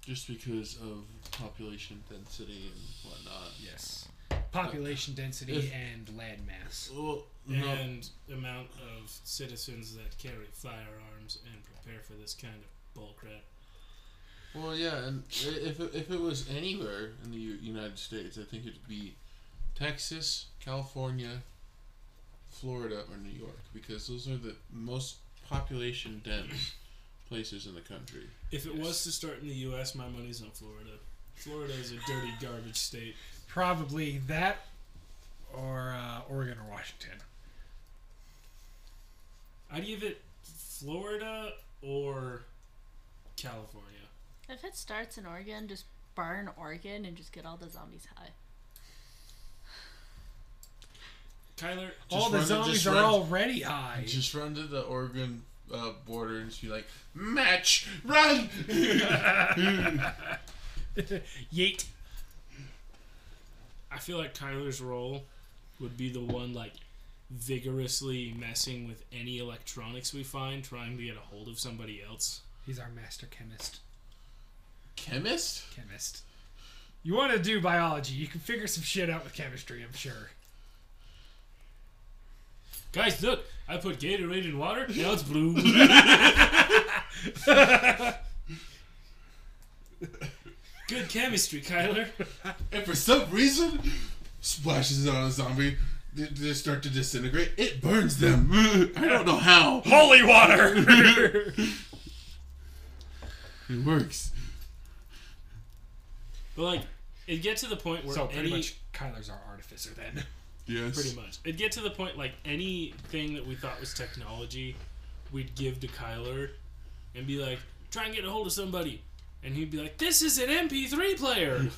C: Just because of population density and whatnot.
A: Yes. Population density
C: If-
A: and land mass.
C: Well, no.
D: and amount of citizens that carry firearms and prepare for this kind of bull crap.
C: Well, yeah, and i- if it, if it was anywhere in the U- United States, I think it'd be Texas, California, Florida, or New York because those are the most population dense places in the country.
D: If it was to start in the U.S., my money's on Florida. Florida is a dirty garbage state.
A: Probably that or uh, Oregon or Washington.
D: I'd give it Florida or California.
B: If it starts in Oregon, just burn Oregon and just get all the zombies high.
D: Kyler,
C: Just
A: all the
C: run it-
A: zombies
C: just
A: are
C: run-
A: already high.
C: Just run to the Oregon uh, border and just be like, match, run!
A: Yeet.
D: I feel like Kyler's role would be the one like vigorously messing with any electronics we find, trying to get a hold of somebody else.
A: He's our master chemist.
C: Chemist?
A: Chemist. You want to do biology? You can figure some shit out with chemistry, I'm sure.
D: Guys, look, I put Gatorade in water. Now it's blue. Good chemistry, Kyler.
C: And for some reason, splashes it on a zombie. They, they start to disintegrate. It burns them. I don't know how.
A: Holy water!
C: It works.
D: But like, it get to the point where
A: so pretty
D: any
A: much, Kyler's our artificer then.
C: Yes.
D: pretty much it get to the point like anything that we thought was technology, we'd give to Kyler, and be like, try and get a hold of somebody, and he'd be like, this is an MP3 player.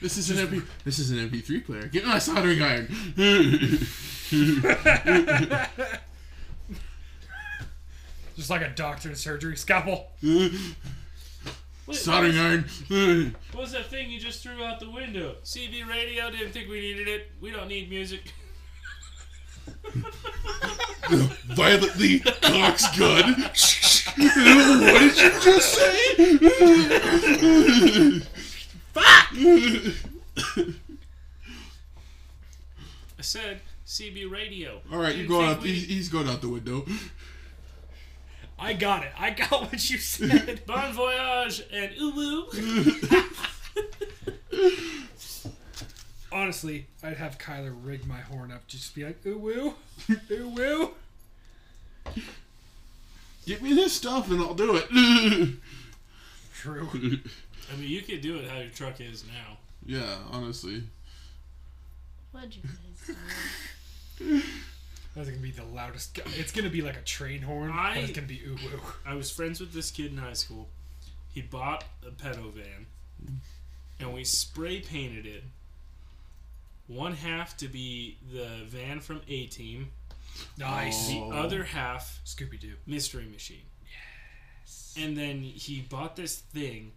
C: This is an MP. This is an MP3 player. Get my soldering iron.
A: Just like a doctor in surgery. Scalpel.
D: What-
C: soldering iron.
D: What was that thing you just threw out the window? CB radio didn't think we needed it. We don't need music.
C: Violently cocks gun. what did you just say? Fuck.
D: I said CB radio.
C: All right, you're
D: Didn't
C: going
D: think
C: out.
D: we-
C: He's, he's going out the window.
A: I got it. I got what you said.
D: Bon voyage and ubu.
A: Honestly, I'd have Kyler rig my horn up, just be like, ooh woo, ooh woo.
C: Get me this stuff and I'll do it.
A: True.
D: I mean, you could do it how your truck is now.
C: yeah, honestly.
B: What'd you guys do?
A: That's gonna be the loudest. gu- It's gonna be like a train horn.
D: I-
A: But it's gonna be ooh woo.
D: I was friends with this kid in high school. He bought a pedo van, and we spray painted it. One half to be the van from A Team,
A: Nice.
C: Oh.
D: the other half
A: Scooby Doo.
D: Mystery Machine. Yes. And then he bought this thing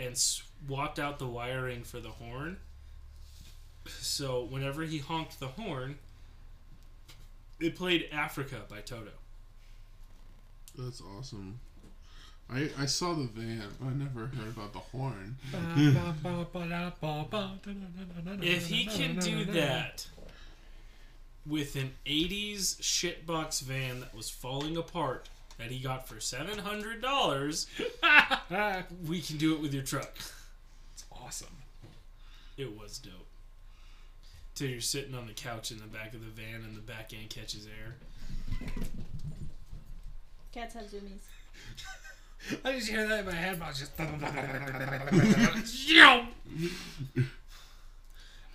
D: and swapped out the wiring for the horn. So whenever he honked the horn, it played Africa by Toto.
C: That's awesome. I, I saw the van, but I never heard about the horn.
D: If he can do that with an 80s shitbox van that was falling apart that he got for $700,
A: Ah,
D: we can do it with your truck.
A: it's awesome.
D: It was dope. Till you're sitting on the couch in the back of the van and the back end catches air.
B: Cats have zoomies.
A: I just hear that in my head. but I was just. Yo!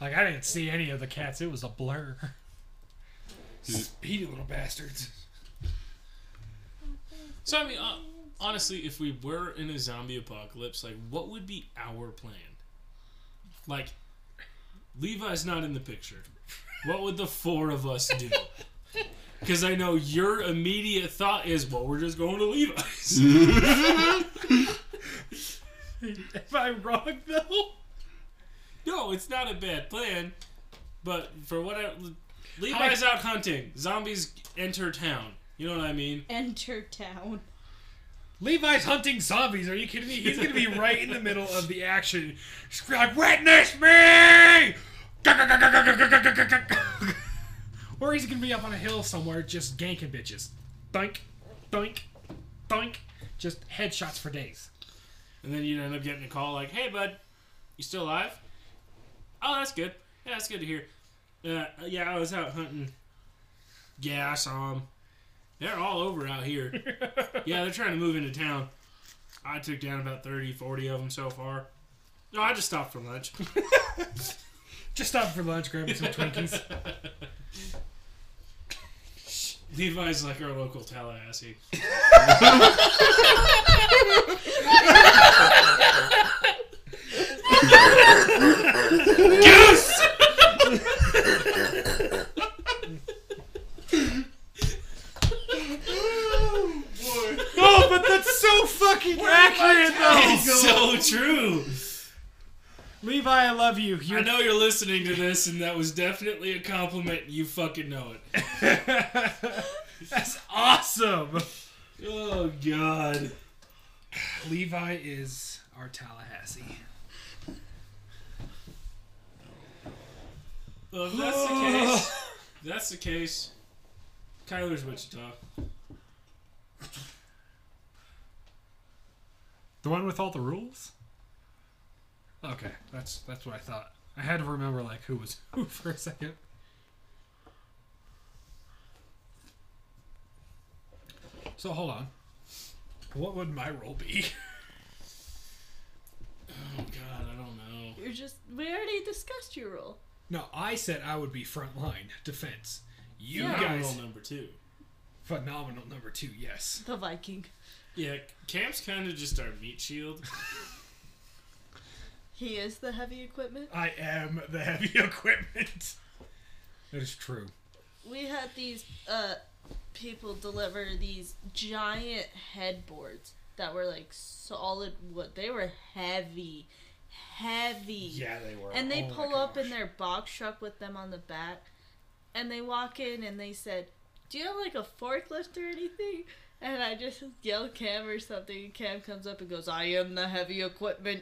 A: like, I didn't see any of the cats. It was a blur. Speedy little bastards.
D: So, I mean, uh, honestly, if we were in a zombie apocalypse, like, what would be our plan? Like, Levi's not in the picture. What would the four of us do? Because I know your immediate thought is, well, we're just going to Levi's.
A: Am I wrong, though?
D: no, it's not a bad plan, but for what I. Levi's out hunting. Zombies enter town. You know what I mean?
B: Enter town.
A: Levi's hunting zombies. Are you kidding me? He's gonna be right in the middle of the action. He's gonna be like, witness me! or he's gonna be up on a hill somewhere just ganking bitches. Thunk, thunk, thunk. Just headshots for days.
D: And then you end up getting a call like, "Hey, bud, you still alive?" Oh, that's good. Yeah, that's good to hear. Uh, yeah, I was out hunting. Yeah, I saw them. They're all over out here. yeah, they're trying to move into town. I took down about 30, 40 of them so far. No, I just stopped for lunch.
A: Just stop for lunch, grabbing some Twinkies.
D: Levi's like our local Tallahassee.
C: Oh, boy.
E: Oh,
A: No, but that's Oh, so fucking accurate,
D: It's so true.
A: Levi
E: Levi, I love you.
D: I
E: You're
D: know you're listening to this, and that was definitely a compliment. You fucking know it.
E: that's awesome.
D: Oh God.
A: Levi is our Tallahassee.
D: Well, if that's the
E: Oh.
D: case, if that's the case. Kyler's Wichita.
A: The one with all the rules? Okay, that's that's what I thought. I had to remember like who was who for a second. So hold on. What would my role be?
D: Oh God, I don't know.
B: You're just. We already discussed your role.
A: No, I said I would be front line defense. You
D: Yeah,
A: guys,
D: roll number two.
A: phenomenal number two. Yes.
B: The Viking.
D: Yeah, Camp's kind of just our meat shield.
B: He is the heavy equipment.
A: I am the heavy equipment. That is true.
B: We had these uh, people deliver these giant headboards that were like solid wood. They were heavy, heavy.
A: they were.
B: And they
A: Oh my
B: pull up in
A: gosh.
B: their box truck with them on the back, and they walk in and they said, "Do you have like a forklift or anything?" And I just yell Cam or something, and Cam comes up and goes, "I am the heavy equipment."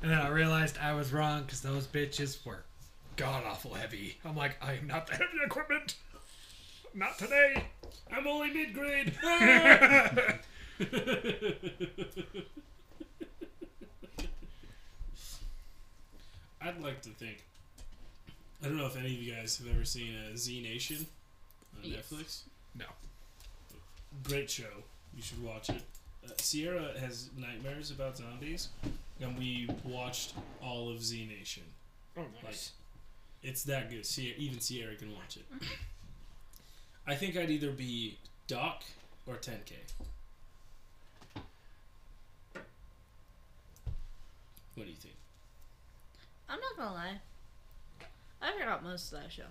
A: And then I realized I was wrong because those bitches were god awful heavy. I'm like, I am not the heavy equipment. Not today.
D: I'm only mid grade. I'd like to think. I don't know if any of you guys have ever seen uh, Z Nation on
B: Yes.
D: Netflix.
A: No.
D: Great show. You should watch it. Uh, Sierra has nightmares about zombies, and we watched all of Z Nation.
A: Oh,
D: nice. It's that good. Sierra, even Sierra can watch it.
B: Mm-hmm.
D: I think I'd either be Doc or 10K. What do you think?
B: I'm not gonna lie, I forgot most of that show.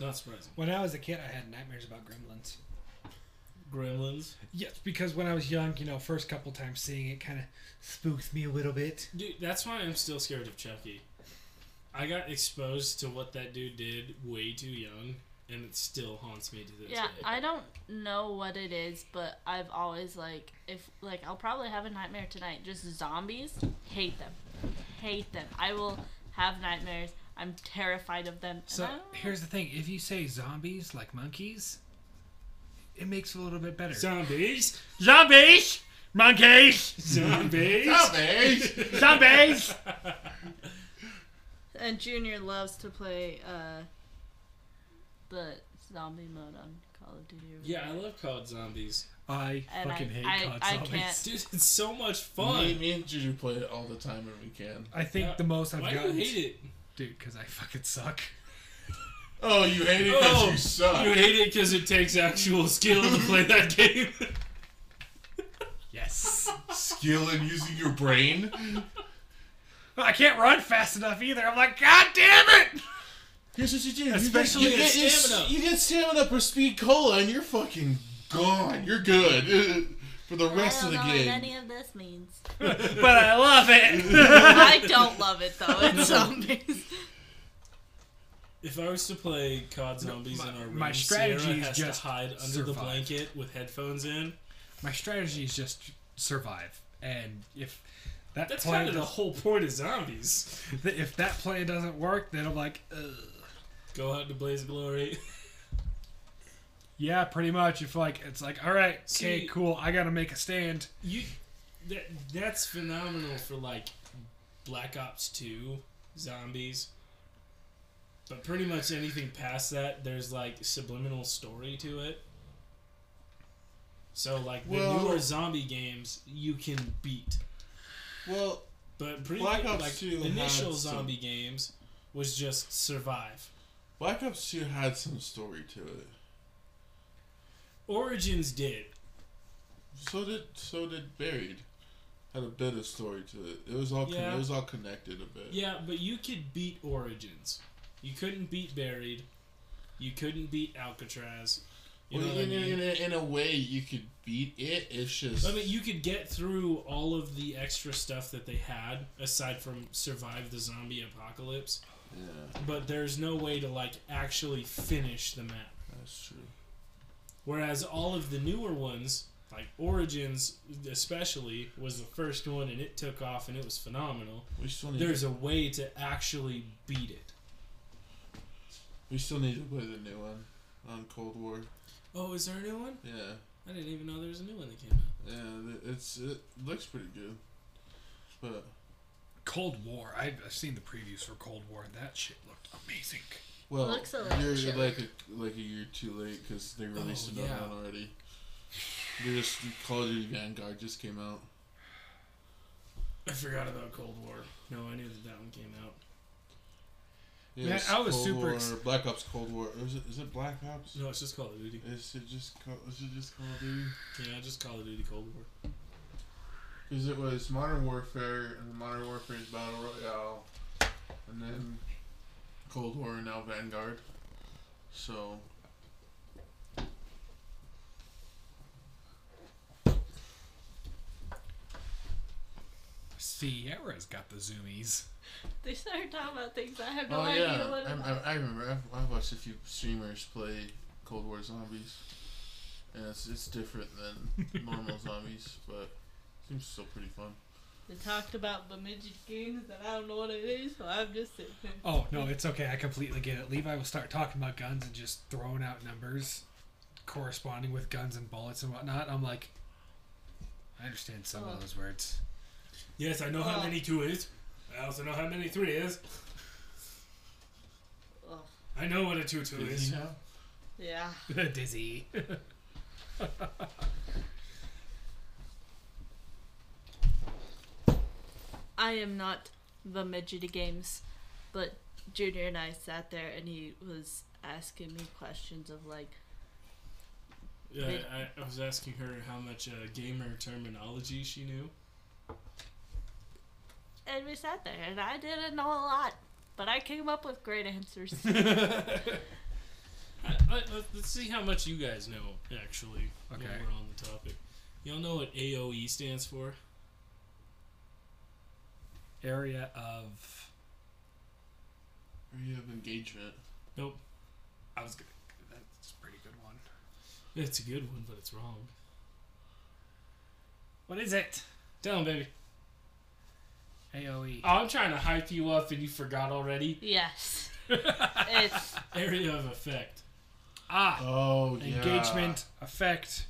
D: Not surprising.
A: When I was a kid, I had nightmares about gremlins.
D: Gremlins.
A: Yes, because when I was young, you know, first couple times seeing it kind of spooked me a little bit.
D: Dude, that's why I'm still scared of Chucky. I got exposed to what that dude did way too young, and it still haunts me to this
B: Yeah,
D: day.
B: I don't know what it is, but I've always like if like I'll probably have a nightmare tonight. Just zombies, hate them, hate them. I will have nightmares. I'm terrified of them. and
A: So
B: I don't-
A: here's the thing if you say zombies like monkeys, it makes it a little bit better.
D: Zombies!
E: Zombies, monkeys,
D: Zombies!
E: zombies.
B: and Junior loves to play uh the zombie mode on Call of Duty. or
D: yeah, I
B: whatever.
D: love Call of Zombies.
A: I
B: And
A: fucking
B: I-
A: hate
B: I-
A: COD
B: I
A: zombies.
B: can't-
D: Dude, it's so much fun.
C: Me, me and Juju play it all the time when we can.
A: I think
D: Yeah.
A: the most I've
D: Why do
A: gotten.
D: you hate it?
A: Dude, because I fucking suck.
C: Oh, you hate it because
D: Oh,
C: you suck.
D: You hate it because it takes actual skill to play that game.
A: Yes.
C: Skill in using your brain.
A: I can't run fast enough either. I'm like, God damn it!
C: Here's what you do. You get-
A: Especially
C: you
A: in
C: get, your-
D: stamina.
C: You get stamina for speed cola, and you're fucking gone. You're good for the
B: I
C: rest
B: don't
C: of the
B: know
C: game.
B: what any of this means.
A: But I love it.
B: I don't love it though. It's zombies.
D: if I was to play COD Zombies
A: my-
D: in our room,
A: my strategy
D: Sierra
A: is
D: has
A: just
D: to hide under
A: survive.
D: the blanket with headphones in.
A: My strategy is just survive, and if that
D: That's
A: plan
D: kind of the whole point of zombies.
A: does- if that plan doesn't work, then I'm like, Ugh.
D: Go out to blaze of glory.
A: yeah, pretty much. If like it's like, all right, okay,
D: See-
A: cool, I gotta make a stand.
D: You, that that's phenomenal for like Black Ops Two zombies. But pretty much anything past that, there's like subliminal story to it. So like the
C: Well-
D: newer zombie games, you can beat.
C: Well,
D: But pretty
C: Black
D: much
C: Ops
D: like
C: 2
D: the initial
C: had some-
D: zombie games was just survive.
C: Black Ops 2 had some story to it.
D: Origins did.
C: So did so did Buried. Had a bit of story to it. It was all con-
D: Yeah.
C: it was all connected a bit.
D: Yeah, but you could beat Origins. You couldn't beat Buried. You couldn't beat Alcatraz. You
C: Well,
D: know what I
C: in,
D: mean?
C: in, in, a, in a way, you could beat it. It's just.
D: I mean, you could get through all of the extra stuff that they had, aside from survive the zombie apocalypse,
C: yeah,
D: but there's no way to, like, actually finish the map.
C: that's true.
D: Whereas all of the newer ones, like Origins especially, was the first one and it took off and it was phenomenal.
C: We still need.
D: There's a way to actually beat it.
C: we still need to play the new one on Cold War.
D: Oh, is there a new one?
C: Yeah,
D: I didn't even know there was a new one that came out.
C: yeah. th- It's it looks pretty good, but
A: Cold War. I've, I've seen the previews for Cold War, and that shit looked amazing.
C: well,
B: Looks a lot
C: you're
B: chiller.
C: like a, like a year too late because they released
D: Oh,
C: another
D: yeah.
C: one already. They just Call of Duty Vanguard just came out.
D: I forgot about Cold War. No, I knew that that one came out.
C: Yeah,
A: Man,
C: it's
A: I was
C: Cold
A: super
C: War,
A: ex-
C: Black Ops Cold War. Or is it is it Black Ops?
D: No, it's just Call of Duty.
C: Is it just Call, is it just Call of Duty?
D: Yeah, just Call of Duty Cold War.
C: Because it was Modern Warfare, and Modern Warfare is Battle Royale, and then Cold War, and now Vanguard. So.
A: Sierra's got the zoomies.
B: They started talking about things I have no
C: Oh,
B: idea
C: yeah.
B: what it
C: I, I, I remember. I've, I've watched a few streamers play Cold War Zombies, and it's, it's different than normal zombies, but seems still pretty fun.
B: They talked about Bemidji games and I don't know what it is, so I'm just sitting there.
A: Oh no, it's okay. I completely get it. Levi will start talking about guns and just throwing out numbers, corresponding with guns and bullets and whatnot. I'm like, I understand some
B: Oh.
A: of those words.
D: Yes, I know
B: how many
D: two is. I also know how many three is.
B: Ugh.
D: I know what a two two
C: Did you know?
B: Yeah.
A: Dizzy.
B: I am not the midget of games, but Junior and I sat there and he was asking me questions of like,
D: Yeah,
B: Wait.
D: I, I was asking her how much uh, gamer terminology she knew.
B: and we sat there and I didn't know a lot, but I came up with great answers.
D: I, I, let- let's see how much you guys know, actually, while
A: Okay.
D: we're on the topic. Y'all know what AOE stands for?
A: Area of.
C: Area of engagement.
D: Nope.
A: I was gonna. That's a pretty good one.
D: It's a good one, but it's wrong.
A: What is it? E.
D: Tell 'em, baby.
A: AOE.
D: Oh, I'm trying to hype you up, and you forgot already.
B: yes. Ah. It's
D: Area of effect.
A: Ah,
C: Oh,
A: engagement, effect.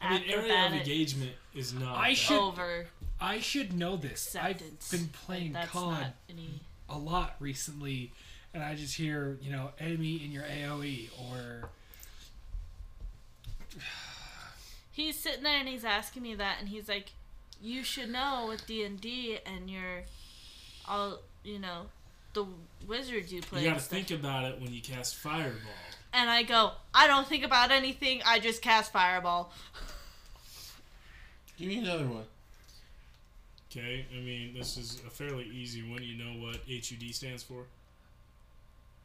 D: I mean, area of
B: acrobatic
D: engagement is not.
A: I
D: that.
A: should-
B: over
A: I should know this.
B: acceptance.
A: I've been
B: Like,
A: playing
B: that's
A: COD
B: not any.
A: a lot recently, and I just hear you know enemy in your AOE or
B: He's sitting there and he's asking me that, and he's like, "You should know with D and D and your, all you know, the wizards you play."
D: You gotta
B: and stuff."
D: think about it when you cast fireball.
B: and I go, I don't think about anything. I just cast fireball.
C: Give me another one.
D: Okay, I mean this is a fairly easy one. You know what HUD stands for?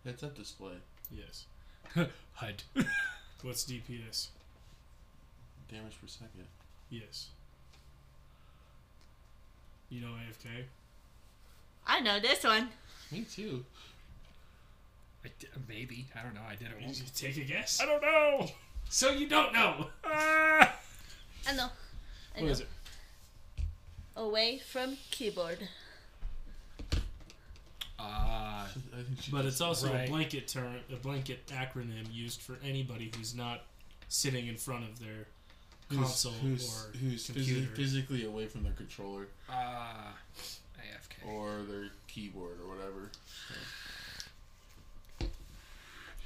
C: That's up display.
D: Yes.
A: HUD.
D: What's DPS?
C: Damage per second.
D: Yes. You know AFK?
B: I know this one.
C: Me too.
A: I d- maybe I don't know. I did it
D: You
A: once.
D: take a guess.
A: I don't know. Ah.
D: So you don't know.
B: I know. I
D: What
B: know.
D: is it?
B: Away from keyboard.
A: Ah,
C: I think she
D: But it's also
A: Right.
D: a blanket term, a blanket acronym used for anybody who's not sitting in front of their console
C: who's,
D: or
C: who's physi-
D: computer.
C: physically away from their controller
A: ah, AFK.
C: or their keyboard or whatever.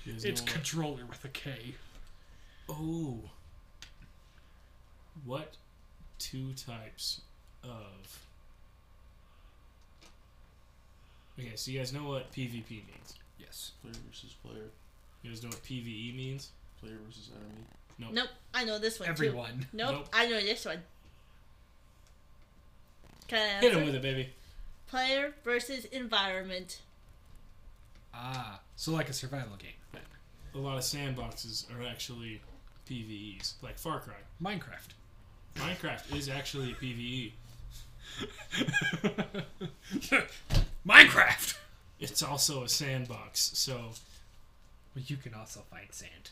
D: There's
A: It's
D: no-
A: controller with a K.
D: Oh. What two types of. Okay, so you guys know what PvP means.
A: Yes.
C: Player versus player.
D: You guys know what PvE means?
C: Player versus enemy.
B: Nope. I know this one
A: Everyone.
B: too. Nope.
D: Nope.
B: I know this one. Can I
D: Hit
B: answer?
D: him with it, baby.
B: Player versus environment.
A: Ah, so like a survival game. Then.
D: a lot of sandboxes are actually PVEs, like Far Cry.
A: Minecraft.
D: Minecraft is actually a E. PVE.
A: Minecraft.
D: It's also a sandbox. So,
A: Well, you can also find sand.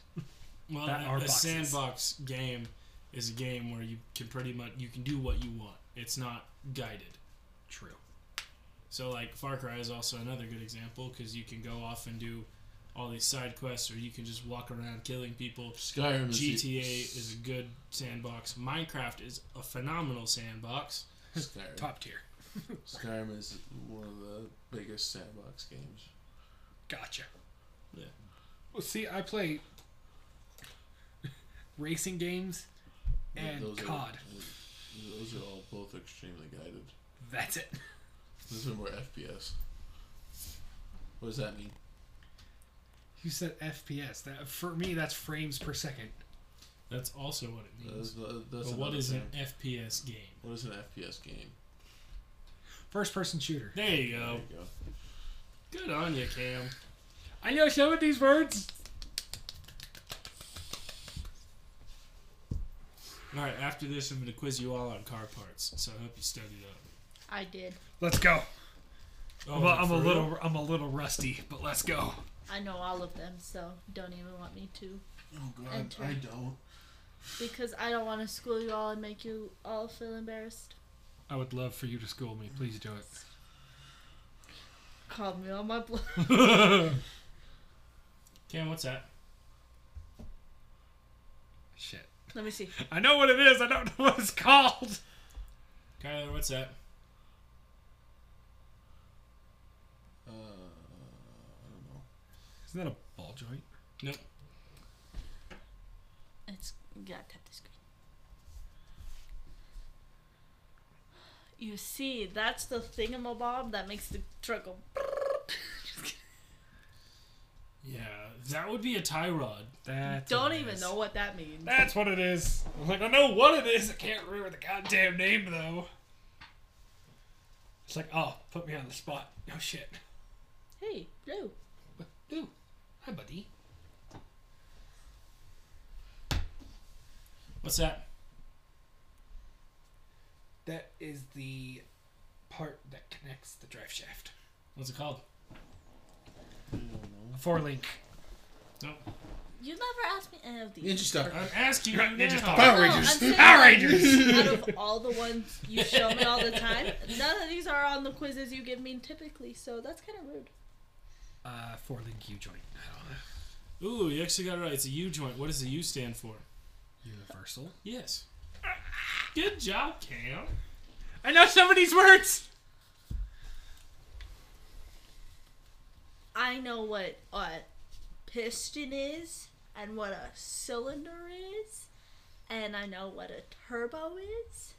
D: well,
A: That
D: a-
A: are
D: a,
A: boxes.
D: sandbox game is a game where you can pretty much you can do what you want. It's not guided.
A: True.
D: So, like Far Cry is also another good example because you can go off and do all these side quests, or you can just walk around killing people.
C: Skyrim is the-
D: GTA is a good sandbox. Minecraft is a phenomenal sandbox.
C: Skyrim.
A: Top tier.
C: Skyrim is one of the biggest sandbox games.
A: Gotcha.
D: Yeah.
A: Well, see, I play racing games and
C: those
A: COD.
C: Are, those are all both extremely guided.
A: That's it.
C: Those are more FPS. What does that mean?
A: You said FPS. That for me, that's frames per second.
D: That's also what it means.
C: That's, that's
D: but what
C: another
D: is an
C: thing.
D: FPS game?
C: What is an FPS game?
A: First person shooter.
D: There you go.
C: There you go.
D: Good on you, Cam.
A: I know some of these words.
D: All right, after this, I'm going to quiz you all on car parts. So I hope you studied up.
B: I did.
A: Let's go.
D: Oh,
A: I'm, a- I'm
D: for
A: a
D: real?
A: little, I'm a little rusty, but let's go.
B: I know all of them, so don't even want me to.
C: Oh god,
B: Enter.
C: I don't.
B: Because I don't want to school you all and make you all feel embarrassed.
A: I would love for you to school me. Please do it.
B: Called me on my blood.
D: Cam, what's that?
A: Shit.
B: Let me see.
A: I know what it is. I don't know what it's called.
D: Kyler, what's that?
C: Uh, I don't know.
A: Isn't that a ball joint?
D: Nope.
B: It's you gotta tap the screen. You see, that's the thingamabob that makes the truck go. Just kidding.
D: Yeah, that would be a tie rod.
A: That's what
B: don't
A: it
B: even
A: is.
B: know what that means.
A: That's what it is. I'm like, I know what it is. I can't remember the goddamn name though. It's like, oh, put me on the spot. No shit.
B: Hey, no.
A: Ooh, hi, buddy.
D: What's that?
A: That is the part that connects the drive shaft.
D: What's it called?
C: I don't know.
A: A four link.
D: Nope.
B: You never asked me any of these.
C: Ninja Star.
D: I'm asking you
A: Ninja
D: now.
A: Power
B: No,
A: Rangers.
B: I'm saying-
A: Power Rangers.
B: out of all the ones you show me all the time, none of these are on the quizzes you give me typically, so that's kind of rude.
A: uh, four link U joint. I don't know.
D: Ooh, you actually got it right. It's a U joint. What does the U stand for?
A: Universal.
D: Yes. Good job, Cam.
A: I know some of these words.
B: I know what a piston is, and what a cylinder is, and I know what a turbo is.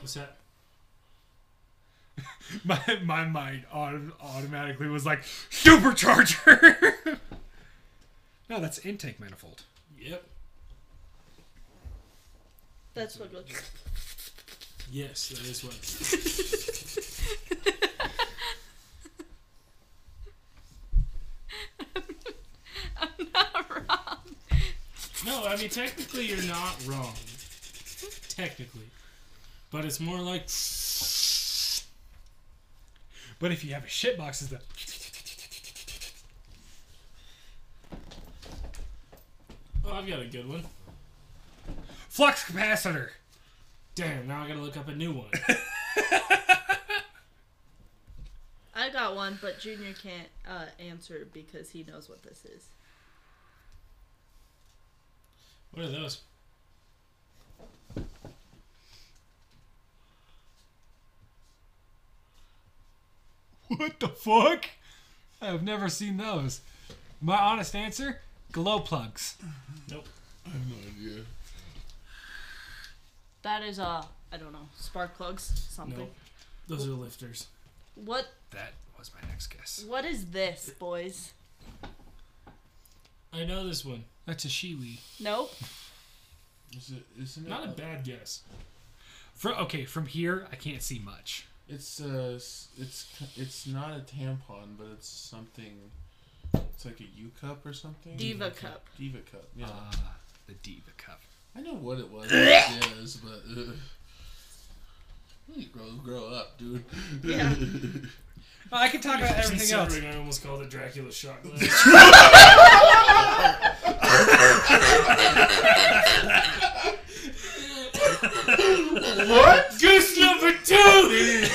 D: What's that?
A: My my mind autom- automatically was like supercharger. no, that's intake manifold.
D: Yep.
B: That's what goes.
D: Yes, that is what.
B: I'm not wrong.
D: No, I mean technically you're not wrong. Technically. But it's more like
A: But if you have a shitbox, it's the
D: Oh, I've got a good one.
A: flux capacitor.
D: Damn, now I gotta look up a new one.
B: I got one, but Junior can't uh, answer because he knows what this is.
D: What are those?
A: What the fuck? I've never seen those. My honest answer: glow plugs.
D: Nope.
C: I have no idea.
B: That is uh, I don't know, spark plugs, something.
D: Nope. Those are lifters.
B: What
A: That was my next guess.
B: what is this, boys?
D: I know this one.
A: That's a shiwi.
B: Nope.
C: Is it, isn't it
D: Not a
C: uh,
D: bad guess.
A: Fro okay, from here I can't see much.
C: It's uh, s- it's c- it's not a tampon, but it's something. It's like a U cup or something.
B: Diva cup.
C: Diva cup. Yeah.
A: Ah, the diva cup.
C: I know what it was. it is, but ugh. you need to grow grow up, dude.
B: Yeah.
A: Oh, I can talk about everything else.
D: Considering I almost called it Dracula shot glass.
C: what?
D: Goose number two.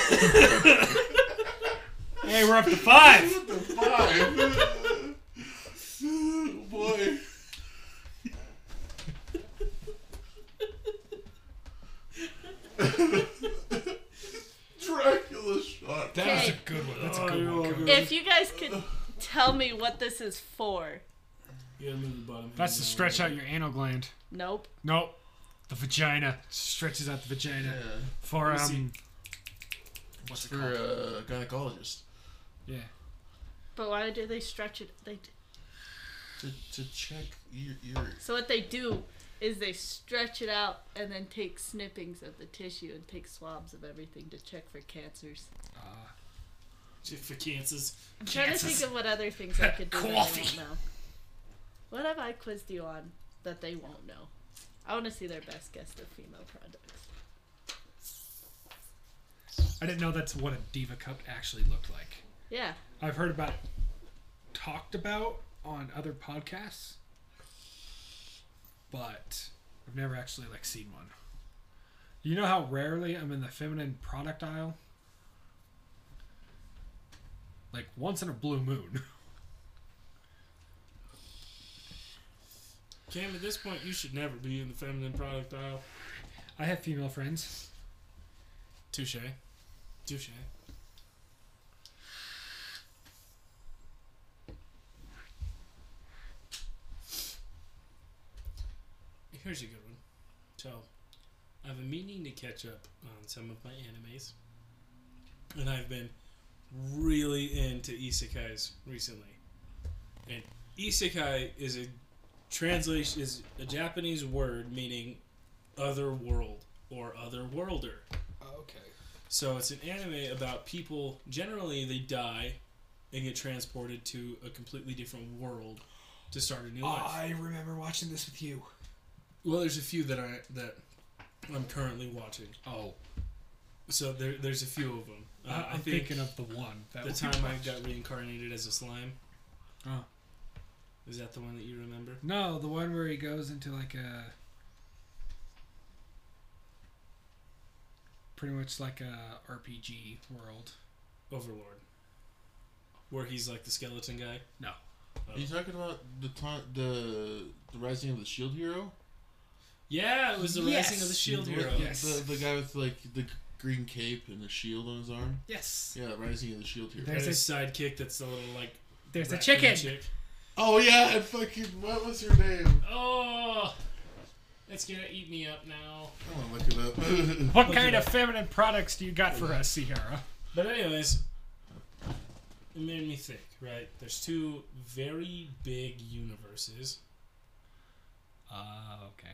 E: Hey, we're up to five.
C: What the five? oh boy. Dracula shot.
A: That was a
B: Okay.
A: good one. That's a
D: Oh,
A: good
D: you're
A: one.
D: all
A: Cody.
D: good.
B: If you guys could tell me what this is for.
D: Yeah, move the bottom.
E: That's
D: to
E: to stretch out your anal gland.
B: Nope.
E: Nope. The vagina.
A: Stretches out the
C: Yeah.
A: vagina
E: For,
D: Let me
E: um,
C: What's for a gynecologist
B: But why do they stretch it? They
C: to, to check your your.
B: so what they do is they stretch it out and then take snippings of the tissue and take swabs of everything to check for cancers.
D: for cancers.
B: I'm trying to think of what other things I could do that they won't
A: Coffee.
B: know. What have I quizzed you on that they won't know? I want to see their best guess of female products.
A: I didn't know that's what a diva cup actually looked like.
B: Yeah.
A: I've heard about it talked about on other podcasts, but I've never actually like seen one. You know how rarely I'm in the feminine product aisle? Like once in a blue moon.
D: Cam, at this point, you should never be in the feminine product aisle.
A: I have female friends.
D: Touche. Touche. Here's a good one. So, I've been meaning to catch up on some of my animes, and I've been really into isekais recently. And isekai is a translation is a Japanese word meaning other world or other worlder.
A: Okay.
D: So it's an anime about people. Generally, they die and get transported to a completely different world to start a new life.
A: remember watching this with you.
D: Well, there's a few that I that I'm currently watching.
A: Oh,
D: So there, there's a few of them. Uh,
A: I-
D: I
A: I'm
D: think
A: thinking of the one. That
D: the
A: was
D: time I got reincarnated as a slime.
A: Oh.
D: Is that the one that you remember?
A: No, the one where he goes into like a pretty much like a RPG world.
D: Overlord. Where he's like the skeleton guy.
C: Are you talking about the ta- the the rising of the shield hero?
D: Yeah, it was the rising of the
A: Yes.
D: shield
C: The-
D: hero.
A: Yes.
C: The, the guy with like the green cape and the shield on his arm.
A: Yes.
C: Yeah, rising of the shield hero.
A: There-
D: And
A: There's
D: his sidekick that's the little like
A: There's a
D: raccoon
A: chicken.
D: chick.
C: Oh yeah, and fucking what was her name?
D: Oh, that's gonna eat me up now.
C: I want to look it up.
E: what kind of feminine products do you got for us, Sierra?
D: But anyways, it made me think. Right, there's two very big universes.
A: Ah, okay.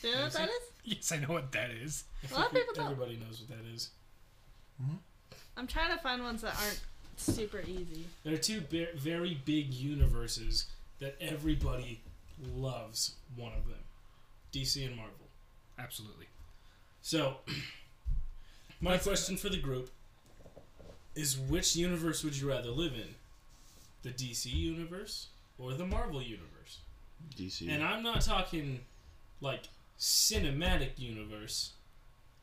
B: Do you know what that is?
E: Yes, I know what that is.
B: A lot of people don't.
D: Everybody knows what that is.
B: I'm trying to find ones that aren't super easy.
D: There are two be- very big universes that everybody loves. One of them, DC and Marvel.
A: Absolutely.
D: So, my question for the group is: Which universe would you rather live in? The DC universe or the Marvel universe?
C: DC.
D: And I'm not talking like cinematic universe.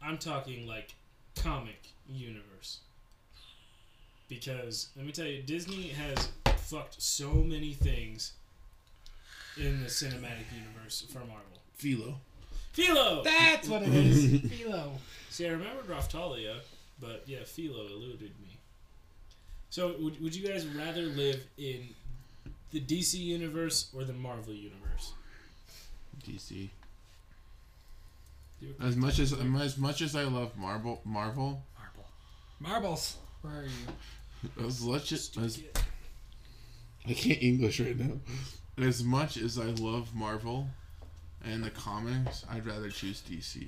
D: I'm talking like comic universe. Because let me tell you, Disney has fucked so many things in the cinematic universe for Marvel.
C: Philo.
D: Philo.
A: That's what it is. Philo.
D: See, I remembered Raftalia, but yeah, Philo eluded me. So, would, would you guys rather live in the DC universe or the Marvel universe?
C: DC. As much as as much as I love Marvel, Marvel,
A: Marble. Marbles. Where are you?
C: as much as, as
D: Stupid.
C: I can't English right now. As much as I love Marvel and the comics, I'd rather choose DC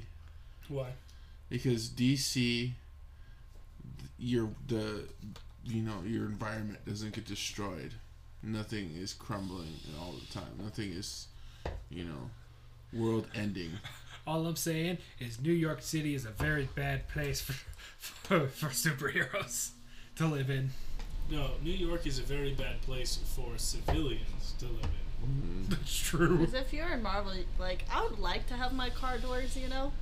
D: Why?
C: because DC your the you know your environment doesn't get destroyed. Nothing is crumbling all the time. Nothing is you know world ending.
A: All I'm saying is New York City is a very bad place for for, for superheroes to live in.
D: No, New York is a very bad place for civilians to live in.
A: That's true.
B: Because if you're in Marvel, like I would like to have my car doors, you know.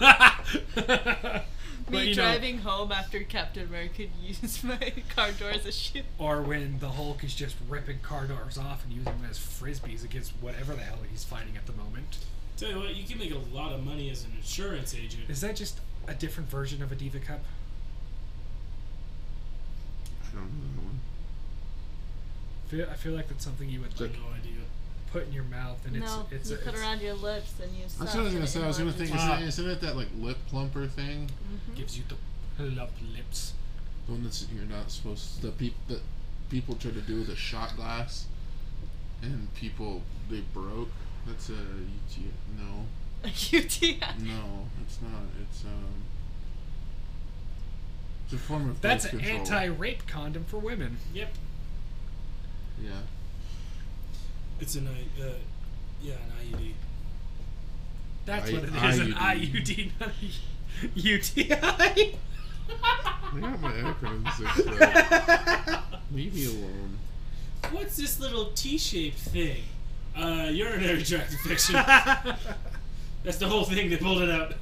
A: But,
B: Me
A: you know-
B: driving home after Captain America used my car door as a shield.
A: or when the Hulk is just ripping car doors off and using them as frisbees against whatever the hell he's fighting at the moment.
D: Tell you what, you can make a lot of money as an insurance agent.
A: Is that just a different version of a Diva Cup?
C: I don't know that one.
A: Feel, I feel like that's something you would
D: no
A: like,
D: idea.
A: put in your mouth, and it's
B: no,
A: it's,
B: you
A: it's,
B: put around your lips and you.
C: That's
B: suck
C: what I was
B: and
C: gonna
B: it
C: say. I was gonna think,
B: enlarges.
C: isn't,
A: Ah.
C: it- isn't it that like lip plumper thing?
A: gives you the plump lips.
C: The one that's you're not supposed to. The people that people try to do with a shot glass, and people they broke. That's a UT. No,
B: A UTI.
C: no, it's not. It's um. It's a form of
A: That's
C: birth
A: an
C: control.
A: anti-rape condom for women.
D: Yep.
C: Yeah,
D: It's an I, uh, yeah, an E IUD.
A: That's
C: I-
A: what it is. An
C: IUD.
A: IUD, not a UTI.
C: I got my acronyms mixed up. Leave me alone.
D: What's this little T-shaped thing? Uh, urinary tract infection. That's the whole thing. They pulled it out.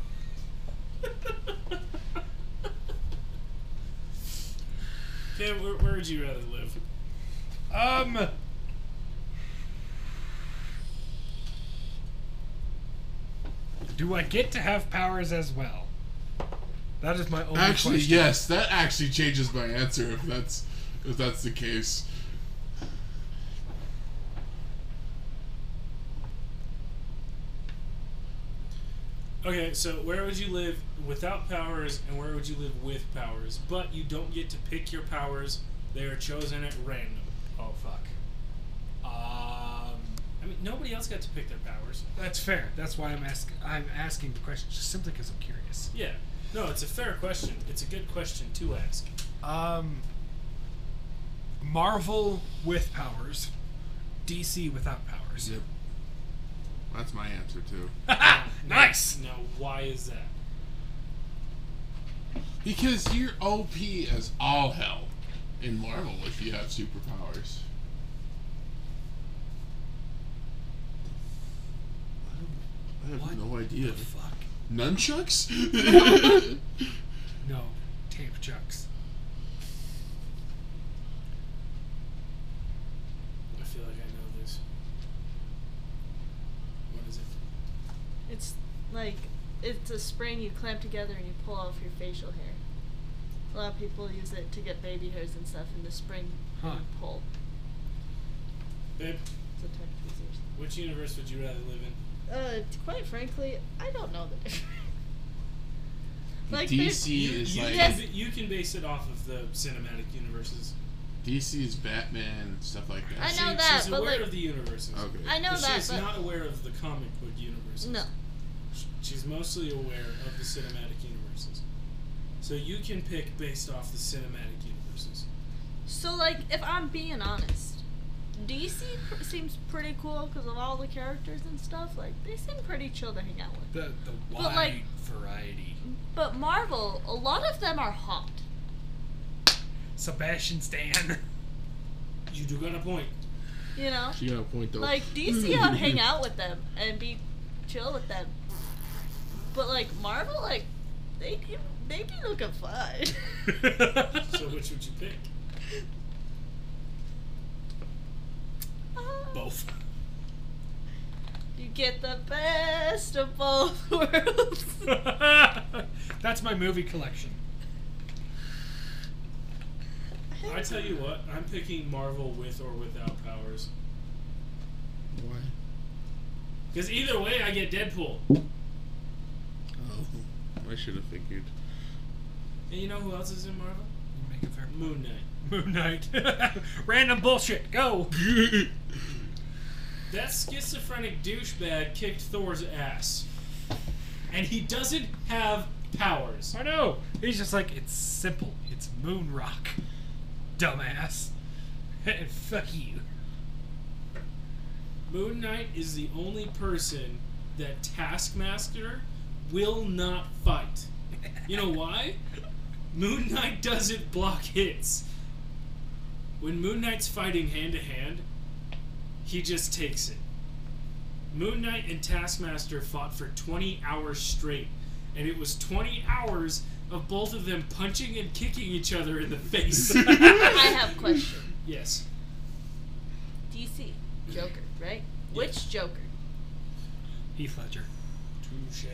D: Cam, where, where would you rather live?
A: um. Do I get to have powers as well? That is my only
C: Actually,
A: question.
C: yes, that actually changes my answer if that's if that's the case.
D: Okay, so where would you live without powers, and where would you live with powers? But you don't get to pick your powers; they are chosen at random.
A: Oh fuck. Um,
D: I mean, nobody else got to pick their powers.
A: that's fair. That's why I'm ask I'm asking the question just simply because I'm curious.
D: Yeah. No, it's a fair question. It's a good question to ask.
A: Um, Marvel with powers, DC without powers.
C: Yep. That's my answer too.
A: nice.
D: Now, why is that?
C: Because you're OP as all hell in Marvel if you have superpowers. I have
A: What
C: no idea.
A: Fuck.
C: Nunchucks?
A: No, tape chucks.
D: I feel like I know this. What is it?
B: It's like it's a spring you clamp together and you pull off your facial hair. A lot of people use it to get baby hairs and stuff in the spring
A: Huh.
B: and pull.
D: Babe,
B: It's a type of scissors.
D: which universe would you rather live in?
B: Uh, t- quite frankly, I don't know the difference. Like there's-
C: DC
D: you,
C: is
D: you,
C: like
B: Yes.
D: you can base it off of the cinematic universes.
C: DC is Batman stuff like that.
B: I know
D: She-
B: that,
D: she's
B: but,
D: aware
B: like-
D: of the universes.
C: Okay.
B: I know
D: But
B: that,
D: she's
B: but
D: not aware of the comic book universes.
B: no.
D: Sh- She's mostly aware of the cinematic universes. So you can pick based off the cinematic universes.
B: So like, if I'm being honest, DC pr- seems pretty cool because of all the characters and stuff. Like they seem pretty chill to hang out with.
A: The the
B: But,
A: wide
B: like-
A: variety.
B: But Marvel, a lot of them are hot.
A: Sebastian Stan.
D: You do got a point.
B: You know,
C: She got a point though.
B: like DC, I'd hang out with them and be chill with them. But like Marvel, like they be, they be looking fun.
D: So which would you pick?
B: Ah,
A: Both.
B: You get the best of both worlds.
A: That's my movie collection.
D: I tell you what, I'm picking Marvel with or without powers.
C: Why?
D: Because either way, I get Deadpool.
C: Oh, I should have figured.
D: And you know who else is in Marvel?
A: Make a fair
D: Moon Knight.
A: Moon Knight. Random bullshit. Go.
D: That schizophrenic douchebag kicked Thor's ass. And he doesn't have powers.
A: I know. He's just like, it's simple. It's moon rock. Dumbass. and fuck you.
D: Moon Knight is the only person that Taskmaster will not fight. You know why? Moon Knight doesn't block hits. When Moon Knight's fighting hand to hand, he just takes it. Moon Knight and Taskmaster fought for 20 hours straight, and it was 20 hours of both of them punching and kicking each other in the face.
B: I have a question.
D: yes.
B: DC Joker, right? Which Joker?
A: Heath Ledger.
D: Touche.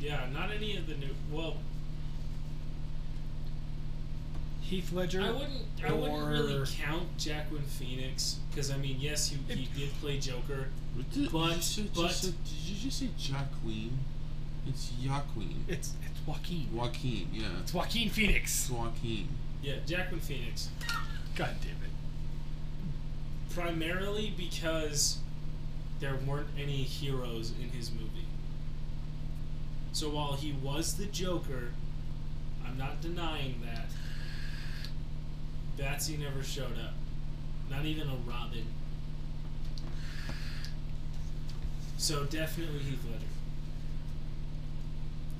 D: Yeah, not any of the new. Well,
A: Heath Ledger.
D: I wouldn't. I wouldn't
A: Or-
D: really count Jacqueline Phoenix because I mean, yes, he, he did play Joker.
C: What did,
D: But-
C: you say- just
D: but-
C: said- did you just say Jacqueline? It's Joaquin.
A: It's it's Joaquin.
C: Joaquin, yeah.
A: It's Joaquin Phoenix.
C: It's Joaquin.
D: Yeah, Jacqueline Phoenix.
A: God damn it.
D: Primarily because there weren't any heroes in his movie. So while he was the Joker, I'm not denying that. Batsy never showed up. Not even a Robin. So definitely Heath Ledger.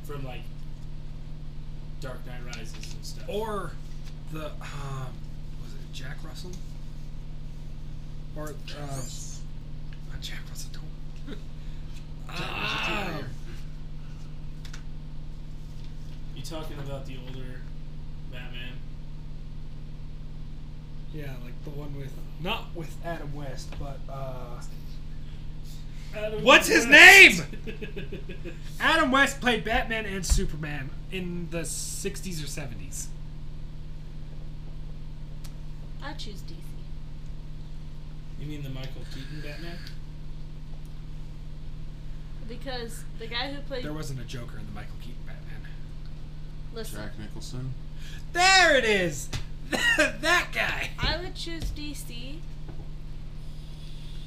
D: From like Dark Knight Rises and stuff.
A: Or the um was it Jack Russell? Or uh, not Jack Russell. Don't. Ah,
D: You talking about the older Batman?
A: yeah, like the one with not with Adam West, but uh, What's his
D: name?
A: Adam West played Batman and Superman in the '60s or '70s.
B: I choose DC.
D: you mean the Michael Keaton Batman?
B: Because the guy who played.
A: There wasn't a Joker in the Michael Keaton Batman.
B: listen,
C: Jack Nicholson.
A: There it is. that guy.
B: I would choose DC.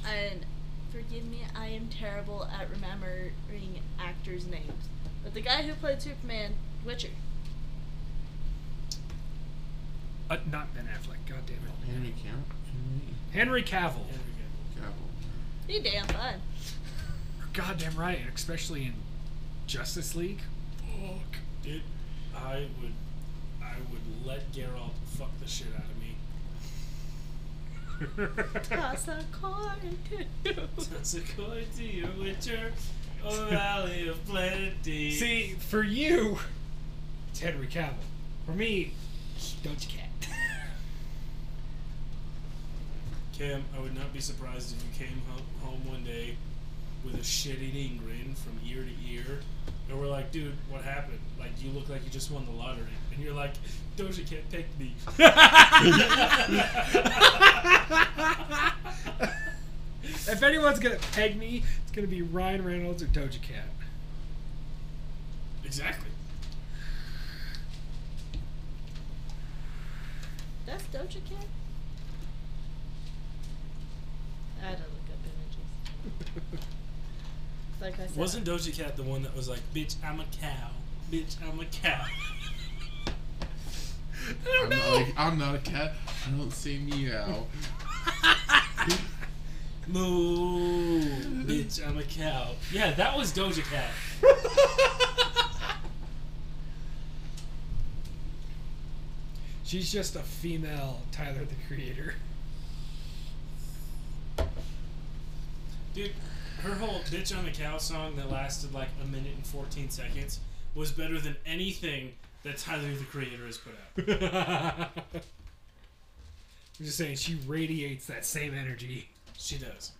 B: And forgive me, I am terrible at remembering actors' names. But the guy who played Superman, Witcher.
A: Uh, not Ben Affleck. God damn it.
C: Henry Cavill.
A: Henry Cavill.
D: There we
C: Henry Cavill.
B: He damn fun.
A: Goddamn right, especially in Justice League. Fuck.
D: go. It, I would, I would let Geralt fuck the shit out of me.
B: Toss a coin to you.
D: That's according to your Witcher, a valley of plenty.
A: See, for you, it's Henry Cavill. For me, Doja Cat.
D: Cam, I would not be surprised if you came home, home one day with a shit-eating grin from ear to ear, and we're like, "Dude, what happened? Like, you look like you just won the lottery," and you're like, "Doja Cat picked me."
A: if anyone's gonna peg me, it's gonna be Ryan Reynolds or Doja Cat.
D: exactly.
B: That's Doja Cat? I had to look up images. Like I said.
D: Wasn't Doja Cat the one that was like, "Bitch, I'm a cow. Bitch, I'm a cow."
C: I'm, not a, I'm not a cat. I don't say meow.
D: Moo. Bitch, I'm a cow. Yeah, that was Doja Cat.
A: She's just a female Tyler the Creator.
D: Dude, her whole "Bitch on a Cow" song that lasted like a minute and fourteen seconds was better than anything that Tyler the Creator has put out.
A: I'm just saying, she radiates that same energy.
D: She does.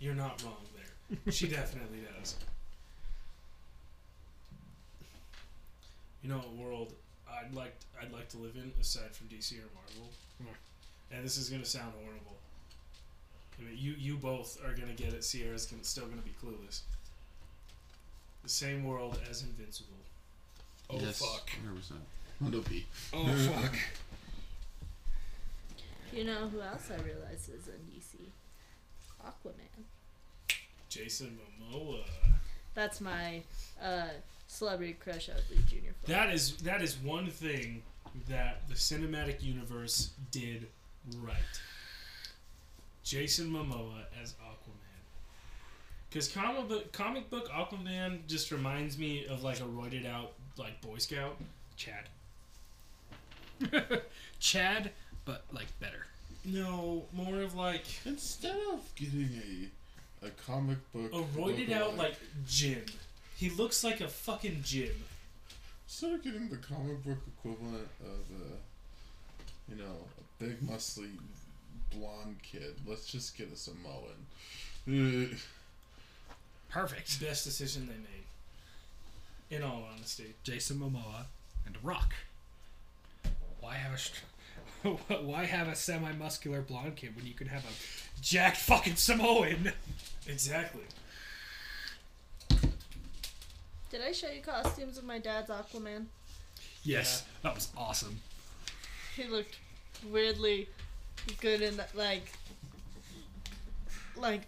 D: You're not wrong there. She definitely does. You know what world I'd like I'd like to live in aside from DC or Marvel.
A: Hmm.
D: And this is gonna sound horrible. I mean, you you both are gonna get it. Sierra's gonna, still gonna be clueless. The same world as Invincible.
A: Oh
C: yes,
A: fuck.
C: 100%. That'll be.
A: Oh fuck.
B: You know who else I realized is in DC? Aquaman.
D: Jason Momoa.
B: That's my uh, Celebrity crush, I would leave Junior Flag.
D: That is that is one thing that the cinematic universe did right. Jason Momoa as Aquaman. Because comic book, comic book Aquaman just reminds me of like a roided out like Boy Scout Chad.
A: Chad, but like better.
D: No, more of like
C: Instead of getting a, a comic book.
D: a roided out
C: lookalike-
D: like Jim. He looks like a fucking Jim.
C: Instead of getting the comic book equivalent of a, you know, a big muscly blonde kid, let's just get a Samoan. Eh,
A: Perfect.
D: Best decision they made. In all honesty.
A: Jason Momoa and The Rock. Why have a str- why have a semi-muscular blonde kid when you can have a jacked fucking Samoan?
D: Exactly.
B: Did I show you costumes of my dad's Aquaman?
A: Yes, that was awesome.
B: He looked weirdly good in that, like, like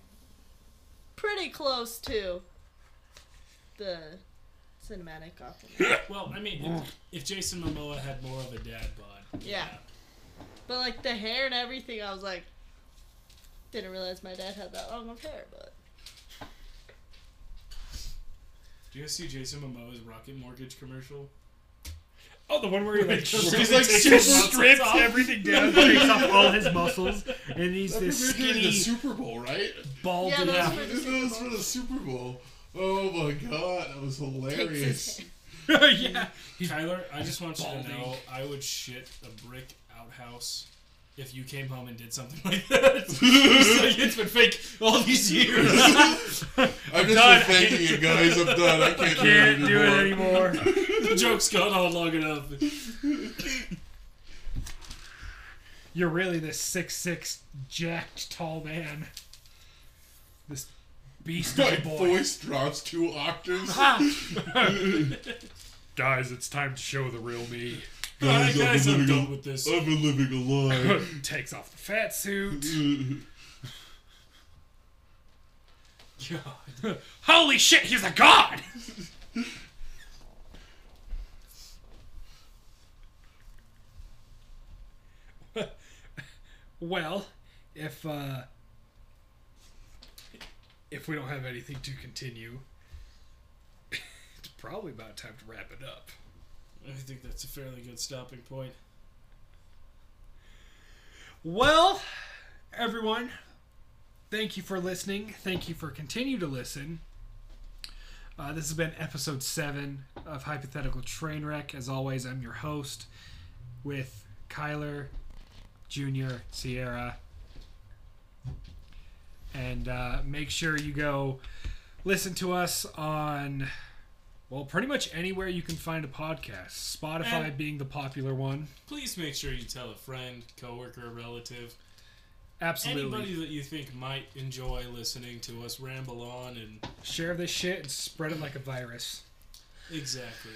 B: pretty close to the cinematic Aquaman.
D: Well, I mean, if, if Jason Momoa had more of a dad bod,
B: Yeah. But like the hair and everything, I was like, didn't realize my dad had that long of hair, but
D: Do you guys see Jason Momoa's Rocket Mortgage commercial?
A: Oh, the one where he like
D: He's
A: strips,
D: like
A: just
D: super
A: strips
D: off.
A: everything down, takes off all his muscles, and he's
C: That
A: this
C: was during the
A: skinny,
C: Super Bowl, right?
A: bald.
B: yeah,
A: Yeah,
B: those were the
C: This
B: Super
C: was
B: Bowl.
C: for the Super Bowl. Oh my god, that was hilarious.
A: yeah.
D: Kyler, I just want you to
A: Balding.
D: know I would shit a brick outhouse if you came home and did something like that. It's like, it's been fake all these years.
C: I'm just
A: done.
C: been thanking you guys. I'm done. I can't,
A: Can't do
C: do
A: it
C: anymore.
A: anymore.
D: the joke's gone on long enough.
A: You're really this six six jacked tall man. This beast of
C: My
A: a boy.
C: voice drops two octaves.
A: Guys, it's time to show the real me.
D: Alright, guys, I'm
C: living
D: done
C: a-
D: with this.
C: I've been living a lie.
A: Takes off the fat suit.
D: God.
A: Holy shit, he's a god! well, if uh if we don't have anything to continue, it's probably about time to wrap it up.
D: I think that's a fairly good stopping point.
A: Well, everyone, thank you for listening. Thank you for continue to listen. Uh, this has been episode seven of Hypothetical Trainwreck. As always, I'm your host with Kyler, Junior, Sierra, and uh, make sure you go listen to us on. Well, pretty much anywhere you can find a podcast, Spotify
D: And-
A: being the popular one.
D: Please make sure you tell a friend, coworker, relative,
A: Absolutely.
D: anybody that you think might enjoy listening to us ramble on and
A: share this shit and spread it like a virus.
D: Exactly.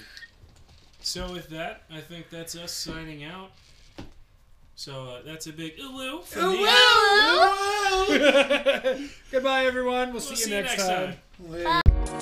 D: So with that, I think that's us signing out. So uh, that's a big hello for me.
A: Goodbye, everyone. We'll,
D: We'll
A: see, you next time.